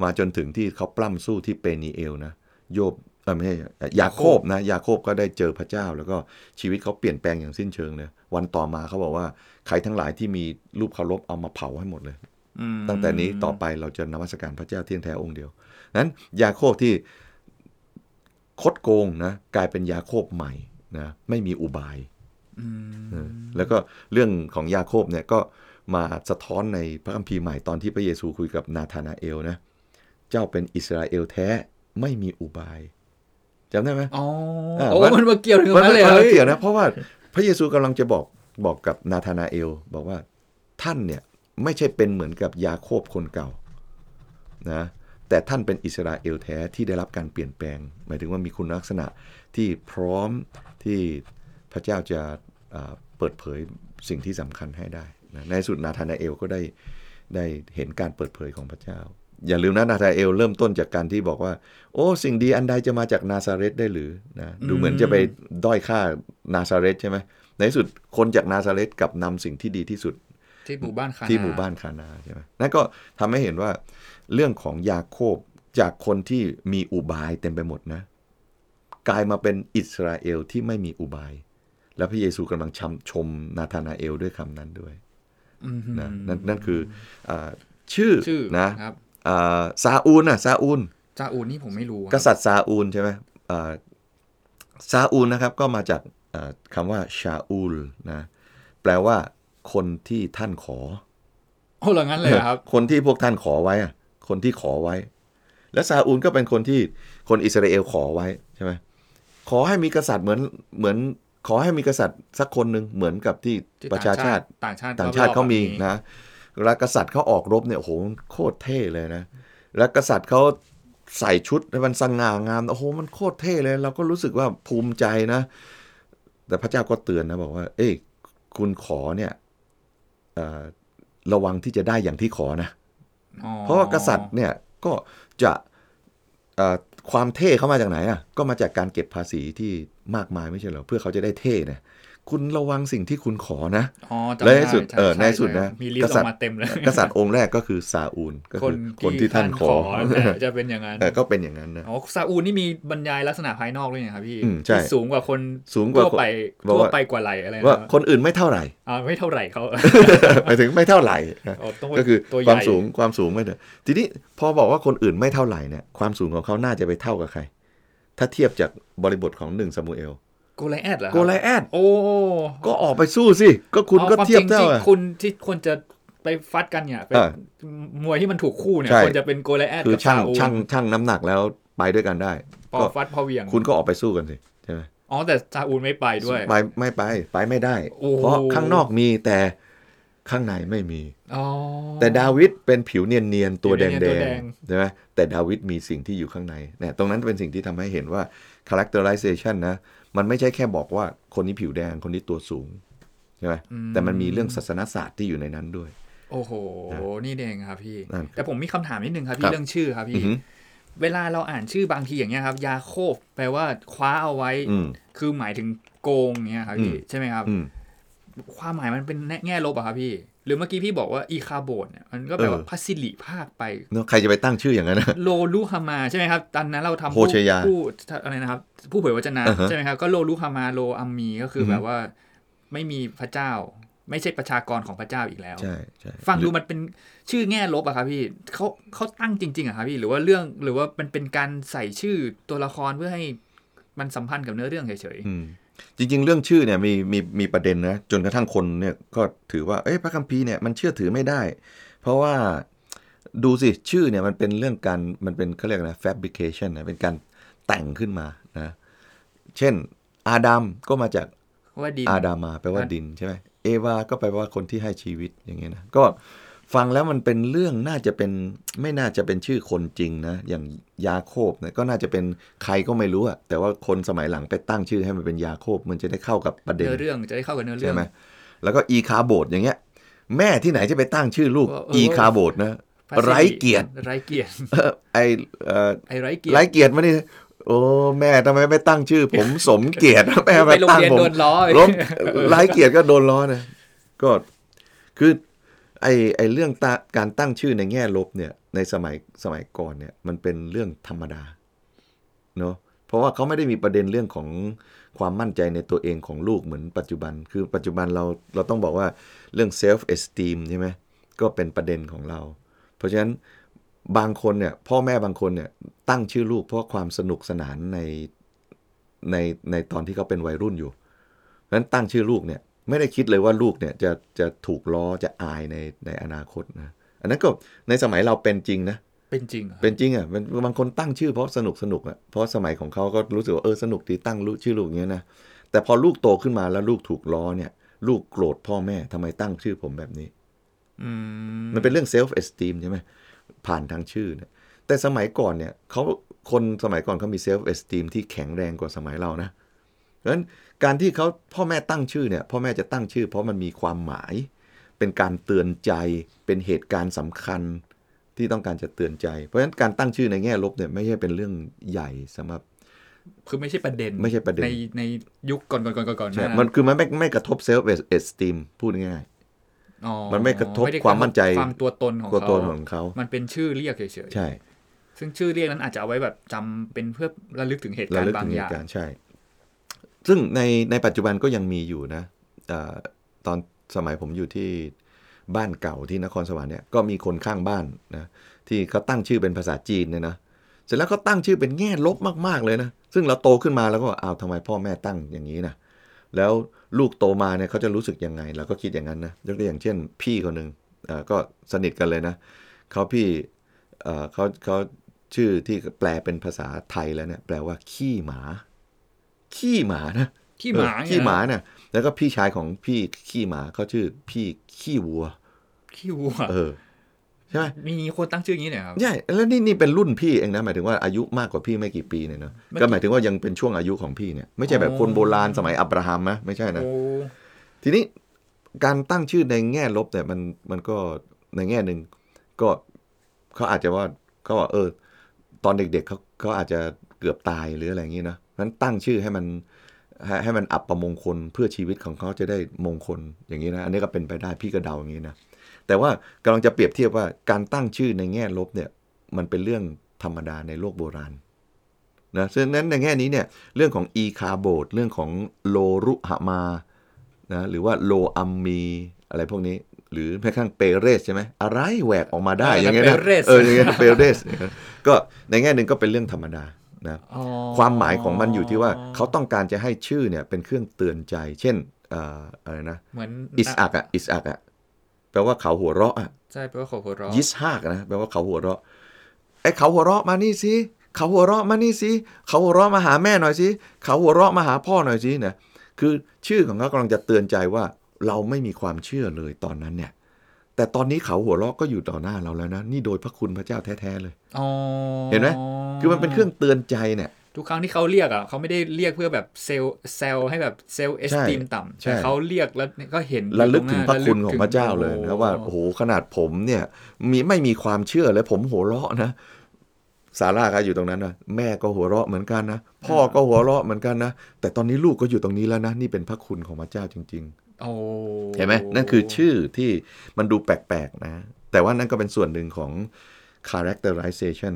มาจนถึงที่เขาปล้ำสู้ที่เปนีเอลนะ โยบเอ่อไม่ใช่ยาโคบนะ ยาโคบก็ได้เจอพระเจ้า แล้วก็ชีวิตเขาเปลี่ยนแปลงอย่างสิ้นเชิงเลยวันต่อมาเขาบอกว่า ใครทั้งหลายที่มีรูปเคารพเอามาเผาให้หมดเลย อืม ตั้งแต่นี้ต่อไปเราจะนมัสการพระเจ้าเที่ยงแท้องค์เดียวนั้นยาโคบที่คดโกงนะกลายเป็นยาโคบใหม่นะไม่มีอุบาย อืม เออแล้วก็เรื่องของยาโคบเนี่ยก็มาสะท้อนในพระคัมภีร์ใหม่ตอนที่พระเยซูคุยกับนาธานาเอลนะ เจ้าเป็นอิสราเอลแท้ไม่มีอุบายจำได้ไหม อ๋อ อ่า โอ้ มัน มันมาเกี่ยวถึงตรงนั้นเลยหมัรอ ไม่เกี่ยวนะเพราะว่าพระเยซูกำลังจะบอกบอกกับนาธานาเอล บอกว่าท่านเนี่ยไม่ใช่เป็นเหมือนกับยาโคบคนเก่านะแต่ท่านเป็นอิสราเอลแท้ที่ได้รับการเปลี่ยนแปลง หมายถึงว่ามีคุณลักษณะที่พร้อมที่พระเจ้าจะอ่าเปิดเผยสิ่งที่สำคัญให้ได้นะในที่สุดนาธานาเอลก็ได้ได้เห็นการเปิดเผยของพระเจ้า อย่าลืมนะนาธานาเอลเริ่มต้นจากการที่บอกว่า โอ้สิ่งดีอันใดจะมาจากนาซาเรตได้หรือนะดูเหมือนจะไปด้อยค่านาซาเรตใช่ไหมในที่สุดคนจากนาซาเรตกลับนำสิ่งที่ดีที่สุด ที่หมู่บ้านคา ที่หมู่บ้านคานาใช่ไหมนั่นก็ทำให้เห็นว่าเรื่องของยาโคบจากคนที่มีอุบายเต็มไปหมดนะ กลายมาเป็นอิสราเอลที่ไม่มีอุบาย และพระเยซูกำลังชมชมนาธานาเอลด้วยคำนั้นด้วย อืม นะนั่นนั่นคืออาชื่อ ชื่อ นะครับ อ่าซาอูลนะซาอูล จาอูนี่ผมไม่รู้อะ กษัตริย์ซาอูลใช่ไหมอ่าซาอูลนะครับก็มาจากอ่าคำว่าชาอูลนะแปลว่าคนที่ท่านขอ โอ้เหรองั้นเลยเหรอครับ คนที่พวกท่านขอไว้อะคนที่ขอไว้ และซาอูลก็เป็นคนที่คนอิสราเอลขอไว้ใช่ไหมขอให้มีกษัตริย์เหมือนเหมือน ขอให้มีกษัตริย์สักคนหนึ่งเหมือนกับที่ ที่ ประชาชาติ ต่างชาติ ต่างชาติเขามี นะ นะแล้วกษัตริย์เขาออกรบเนี่ยโอ้โหโคตรเท่เลยนะ แล้วกษัตริย์เขาใส่ชุดมันสง่างามโอ้โหมันโคตรเท่เลย เราก็รู้สึกว่าภูมิใจนะ แต่พระเจ้าก็เตือนนะบอกว่า เอ้ยคุณขอเนี่ยเอ่อระวังที่จะได้อย่างที่ขอนะ เพราะว่ากษัตริย์เนี่ยก็จะเอ่อความเท่เขามาจากไหนอ่ะก็มาจากการเก็บภาษีที่มากมายไม่ใช่เหรอเพื่อเขาจะได้เท่เนี่ยคุณระวังสิ่งที่คุณขอนะ อ๋อจำ และในสุด ไ เออ จำ ใน ไ สุดนะ มีลิส ก ต์ออษักตริย์ มาเต็มเลย กษัตริย์องค์แรกก็คือซาอูลก็คือคนที่ท่านขอ แต่จะเป็นอย่างนั้น เออก็เป็นอย่างนั้นนะ อ๋อซาอูนี่มีบรรยายลักษณะภายนอกด้วยนะครับพี่ อืมใช่ ที่สูงกว่าคน สูงกว่า ทั่วไป คนทั่วบอกว่า ไปกว่าไหลอะไรนะ ว่าคนอื่นไม่เท่าไหร่ อ่าไม่เท่าไห ร่เขา หมายถึงไม่เท่าไหร่นะ อ๋อต้อง ก็คือ ตัวให ค ญ่ วามสูงความสูงไม่เท่าทีนี้พอบอกว่าคนอื่นไม่เท่าไหร่เนี่ยความสูงของเขาน่าจะไปเท่ากับใคร ถ้าเทียบจากบริบทของหนึ่งซามูเอล โกไลแอดเหรอค โก รับ ไลแอด โอ้ ก็ออกไปสู้สิก็คุณก็ อา เทียบ ควมจริง เท่า ที่ อะ คุณที่ควรจะไปฟัดกันเนี่ยไป เออ มวยที่มันถูกคู่เนี่ย ใช่ ควรจะเป็นโกลแอด คือ กับ ช่าง ซาอู ช่างช่างน้ำหนักแล้วไปด้วยกันได้ พอ ก็ ฟัดพอเหวียง คุณก็ออกไปสู้กันสิใช่ไหม อ๋อแต่ซาอูลไม่ไปด้วย ไปไม่ไปไปไม่ได้ โอ้โห เพราะข้างนอกมีแต่ข้างในไม่มี อ๋อ แต่ดาวิดเป็นผิวเนียนๆตัว ผิ แด ว ง เนียนๆตัวแดง ๆใช่ไหมแต่ดาวิดมีสิ่งที่อยู่ข้างในเนี่ยตรงนั้นเป็นสิ่งที่ทำให้เห็นว่า characterization นะ มันไม่ใช่แค่บอกว่าคนนี้ผิวแดงคนนี้ตัวสูงใช่ไหมแต่มันมีเรื่องศาสนศาสตร์ที่อยู่ในนั้นด้วย โอ้โห นี่เองครับพี่ นั่นครับ แต่ผมมีคำถามนิดนึงครับ ครั พี่ บ เรื่องชื่อครับ อื พี่ อหือ เวลาเราอ่านชื่อบางทีอย่างเงี้ยครับ ยาโคบแปลว่าคว้าเอาไว้ อืม คือหมายถึงโกงเงี้ยครับพี่ อืม ใช่ไหมครับ อืม ความหมายมันเป็นแง่ลบอะครับพี่ หรือเมื่อกี้พี่บอกว่าอีคาโบดเนี่ยมันก็แปลว่า เออ พัสสิริภาคไป เนอะใครจะไปตั้งชื่ออย่างนั้นนะ โลลูฮามาใช่ไหมครับ ตอนนั้นเราทำ โฮเชยา ผู้ผู้อะไรนะครับ ผู้เผยวจนะ อ่าฮะ ใช่ไหมครับ ก็โลลูฮามาโลอัมมีก็คืออ อฮึ แบบว่าไม่มีพระเจ้า ไม่ใช่ประชากรของพระเจ้าอีกแล้ว ใช่ใช่ ฟังดูมันเป็นชื่อแง่ลบอะครับพี่เขาเขาตั้งจริงๆอะครับพี่หรือว่าเรื่องหรือว่ามันเป็นการใส่ชื่อตัวละครเพื่อให้มันสัมพันธ์กับเนื้อเรื่องเฉย อืมจริง ๆ เรื่องชื่อเนี่ยมีมีมีประเด็นนะจนกระทั่งคนเนี่ยก็ถือว่าเอ้ยพระคัมภีร์เนี่ยมันเชื่อถือไม่ได้ เพราะว่าดูสิ ชื่อเนี่ยมันเป็นเรื่องการมันเป็นเขาเรียกนะ fabrication นะเป็นการแต่งขึ้นมานะเช่นอาดัมก็มาจาก ๆเพราะว่าดิน อาดามาแปลว่า อ่ะ ดินใช่ไหมเอวาก็แปลว่าคนที่ให้ชีวิตอย่างเงี้ยนะก็ฟังแล้วมันเป็นเรื่องน่าจะเป็นไม่น่าจะเป็นชื่อคนจริงนะอย่างยาโคบเนี่ยก็น่าจะเป็นใครก็ไม่รู้อะแต่ว่าคนสมัยหลังไปตั้งชื่อให้มันเป็นยาโคบมันจะได้เข้ากับประเด็น เนื้อเรื่องจะได้เข้ากับเนื้อเรื่ ใช่ อง ไหมแล้วก็อีคาโบดอย่างเงี้ย แม่ที่ไหนจะไปตั้งชื่อลูก ว่าเออ อีคาโบดนะ พะสิ ไร้เกียรติ ไร้เกียรติ เออไอเอ่อ ไอ้ไร้เกียร ไร้ ติ เกียรติมานี่โอ้แม่ทำไมไม่ตั้งชื่อ ผมสม เกียรติ แม่ ไป มา โรง ตั้ง เรียน ผม โดนล้อ ล้มไร้เกียรติก็โดนล้อนะก็ คือไอไอเรื่องตาการตั้งชื่อในแง่ลบเนี่ยในสมัยสมัยก่อนเนี่ยมันเป็นเรื่องธรรมดาเนาะเพราะว่าเขาไม่ได้มีประเด็นเรื่องของความมั่นใจในตัวเองของลูกเหมือนปัจจุบัน คือปัจจุบันเราเราต้องบอกว่าเรื่อง self esteem ใช่ไหมก็เป็นประเด็นของเรา เพราะฉะนั้นบางคนเนี่ยพ่อแม่บางคนเนี่ยตั้งชื่อลูกเพราะความสนุกสนานในในในตอนที่เขาเป็นวัยรุ่นอยู่ เพราะฉะนั้นตั้งชื่อลูกเนี่ยไม่ได้คิดเลยว่าลูกเนี่ยจะจะถูกล้อจะอายในในอนาคตนะอันนั้นก็ในสมัยเราเป็นจริงนะ เป็นจริงเหรอ เป็นจริงอ่ะมันบางคนตั้งชื่อเพราะสนุกสนุกอ่ะเพราะสมัยของเขาก็รู้สึกว่าเออสนุกดีตั้งลูกชื่อลูกอย่างเงี้ยนะแต่พอลูกโตขึ้นมาแล้วลูกถูกล้อเนี่ย ลูกโกรธพ่อแม่ทำไมตั้งชื่อผมแบบนี้ อืม มันเป็นเรื่องเซลฟ์เอสติมใช่ไหมผ่านทางชื่อเนี่ยแต่สมัยก่อนเนี่ยเขาคนสมัยก่อนเขามีเซลฟ์เอสติมที่แข็งแรงกว่าสมัยเรานะเพราะฉะนั้นการที่เขาพ่อแม่ตั้งชื่อเนี่ยพ่อแม่จะตั้งชื่อ เพราะมันมีความหมาย เป็นการเตือนใจเป็นเหตุการณ์สำคัญที่ต้องการจะเตือนใจ เพราะฉะนั้นการตั้งชื่อในแง่ลบเนี่ยไม่ใช่เป็นเรื่องใหญ่สำหรับ คือไม่ใช่ประเด็น ไม่ใช่ประเด็น ในในยุคก่อนก่อนก่อนก่อนก่อน ใช่ หา มันคือมันไม่ไม่กระทบเซลฟ์เอสติมพูดง่าย อ๋อ มันไม่กระทบ ด้ ความมั่นใจ ความตัวตนของ ๆ เขา ตัวตนของเขา มันเป็นชื่อเรียกเฉย ใช่ ๆซึ่งชื่อเรียกนั้นอาจจะเอาไว้แบบจำเป็นเพื่อระลึกถึงเหตุ ระ การ ลึก ณ์บา ถึ งองเห ย่าง ตุการณ์ใช่ ซึ่งในในปัจจุบันก็ยังมีอยู่นะเอ่อตอนสมัยผมอยู่ที่บ้านเก่าที่นครสวรรค์เนี่ยก็มีคนข้างบ้านนะที่เขาตั้งชื่อเป็นภาษาจีนเนี่ยนะเสร็จแล้วเขาตั้งชื่อเป็นแง่ลบมากๆเลยนะซึ่งเราโตขึ้นมาแล้วก็อ้าวทำไมพ่อแม่ตั้งอย่างนี้นะแล้วลูกโตมาเนี่ยเขาจะรู้สึกยังไงเราก็คิดอย่างนั้นนะยกตัวอย่างเช่น พี่คนหนึ่งเอ่อก็สนิทกันเลยนะเขาพี่เอ่อเขาเขาชื่อที่แปลเป็นภาษาไทยแล้วเนี่ยแปลว่าขี้หมา ขี้หมานะ ขี้หมา เออ ไง ขี้หมาเนี่ยแล้วก็พี่ชายของพี่ขี้หมาเขาชื่อพี่ขี้วัว ขี้วัว เออ ใช่ไหม มีคนตั้งชื่ออย่างนี้เนี่ยครับ ใช่แล้วนี่นี่เป็นรุ่นพี่เองนะหมายถึงว่าอายุมากกว่าพี่ไม่กี่ปีเนี่ยเนอะ มัน ก็หมายถึงว่ายังเป็นช่วงอายุของพี่เนี่ยไม่ใช่แบบ อ๋อ คนโบราณสมัยอับราฮัมนะไม่ใช่นะ โอ้ ทีนี้การตั้งชื่อในแง่ลบเนี่ยมันมันก็ในแง่หนึ่งก็เขาอาจจะว่าเขาว่าเออ ตอนเด็กๆเขาเขาอาจจะเกือบตายหรืออะไรอย่างนี้นะนั้นตั้งชื่อให้มัน ให้ให้มันอับประมงคลเพื่อชีวิตของเขาจะได้มงคลอย่างนี้นะ อันนี้ก็เป็นไปได้พี่ก็เดาอย่างนี้นะแต่ว่ากำลังจะเปรียบเทียบว่าการตั้งชื่อในแง่ลบเนี่ยมันเป็นเรื่องธรรมดาในโลกโบราณนะฉะนั้นในแง่นี้เนี่ยเรื่องของอีคาโบดเรื่องของโลรุหะมานะหรือว่าโลอัมมีอะไรพวกนี้ หรือแม้กระทั่งเปเรสใช่ไหมอะไรแหวกออกมาได้อย่างเงี้ยนะเอออย่างเงี้ยเปเรสอย่างเงี้ยก็ในแง่หนึ่งก็เป็นเรื่องธรรมดานะ อ๋อ ความหมายของมันอยู่ที่ว่าเขาต้องการจะให้ชื่อเนี่ยเป็นเครื่องเตือนใจ เช่นเอ่ออะไรนะ เหมือน อิสอักอะอิสอักอะแปลว่าเขาหัวเราะอะ ใช่แปลว่าเขาหัวเราะ ยิสฮากนะแปลว่าเขาหัวเราะไอ้เขาหัวเราะมานี่สิเขาหัวเราะมานี่สิเขาหัวเราะมาหาแม่หน่อยสิเขาหัวเราะมาหาพ่อหน่อยสินะคือชื่อของเขากำลังจะเตือนใจว่าเราไม่มีความเชื่อเลยตอนนั้นเนี่ย แต่ตอนนี้เขาหัวเราะก็อยู่ต่อหน้าเราแล้วนะนี่โดยพระคุณพระเจ้าแท้ๆเลย อ๋อ เห็นไหม คือมันเป็นเครื่องเตือนใจเนี่ย ทุกครั้งที่เขาเรียกอ่ะเขาไม่ได้เรียกเพื่อแบบเซลเซลให้แบบเซลเอสติมต่ำ ใช่ แต่เขาเรียกแล้วก็เห็น ระลึกถึงพระ ต คุณ ห ข น้ องพระเจ้าเลยนะว่าโอ้โหขนาดผมเนี่ยมีไม่มีความเชื่อเลยผมหัวเราะนะซาร่าก็อยู่ตรงนั้นนะแม่ก็หัวเราะเหมือนกันนะพ่อก็หัวเราะเหมือนกันนะแต่ตอนนี้ลูกก็อยู่ตรงนี้แล้วนะนี่เป็นพระคุณของพระเจ้าจริง โอ้ ๆ เห็นไหมนั่นคือชื่อที่มันดูแปลกๆนะ แต่ว่านั่นก็เป็นส่วนหนึ่งของ characterization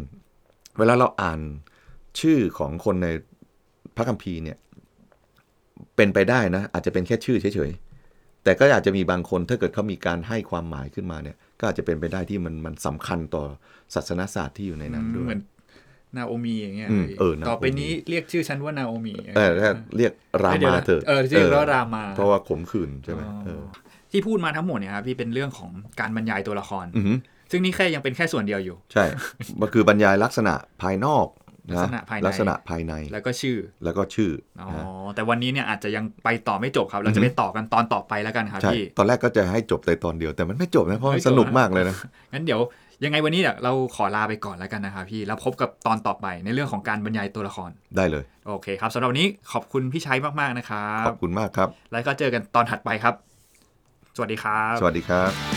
เวลาเราอ่านชื่อของคนในพระคัมภีร์เนี่ย เป็นไปได้นะ อาจจะเป็นแค่ชื่อเฉยๆ แต่ก็อาจจะมีบางคนถ้าเกิดเขามีการให้ความหมายขึ้นมาเนี่ย ก็อาจจะเป็นไปได้ที่มันมันสำคัญต่อศาสนศาสตร์ที่อยู่ใน อืม นั้นด้ เห ว มื ย อนนาโอมีอย่างเงี้ย อืมเออ ต่อไป นาโอมิ นี้เรียกชื่อฉันว่านาโอมี เออถ้าเรียกรา ดี๋ยว มา นะ เถอะ เออชื่อว่ารามา เพราะว่าขมขื่นใช่ไหมเออ ที่พูดมาทั้งหมดเนี่ยครับพี่เป็นเรื่องของการบรรยายตัวละคร อือหือ ซึ่งนี่แค่ยังเป็นแค่ส่วนเดียวอยู่ ใช่ มันคือบรรยายลักษณะภายนอก ลัก นะ ษณะภายใน ลักษณะภายใน แล้วก็ชื่อ แล้วก็ชื่อ อ๋อ นะ แต่วันนี้เนี่ยอาจจะยังไปต่อไม่จบครับ เรา อื จะ อฮึ ไปต่อกันตอนต่อไปแล้วกันครับ ใช่ พี่ ตอนแรกก็จะให้จบแต่ตอนเดียวแต่มันไม่จบนะเพราะมัน ไม่จบ สนุก นะ มากเลยนะ งั้นเดี๋ยวยังไงวันนี้เนี่ยเราขอลาไปก่อนแล้วกันนะครับพี่ แล้วพบกับตอนต่อไปในเรื่องของการบรรยายตัวละคร ได้เลย โอเคครับสำหรับวันนี้ขอบคุณพี่ชัยมาก ๆ นะครั ข บ อบคุณมากครับ แล้วก็เจอกันตอนถัดไปครับ สวัสดีครับ สวัสดีครับ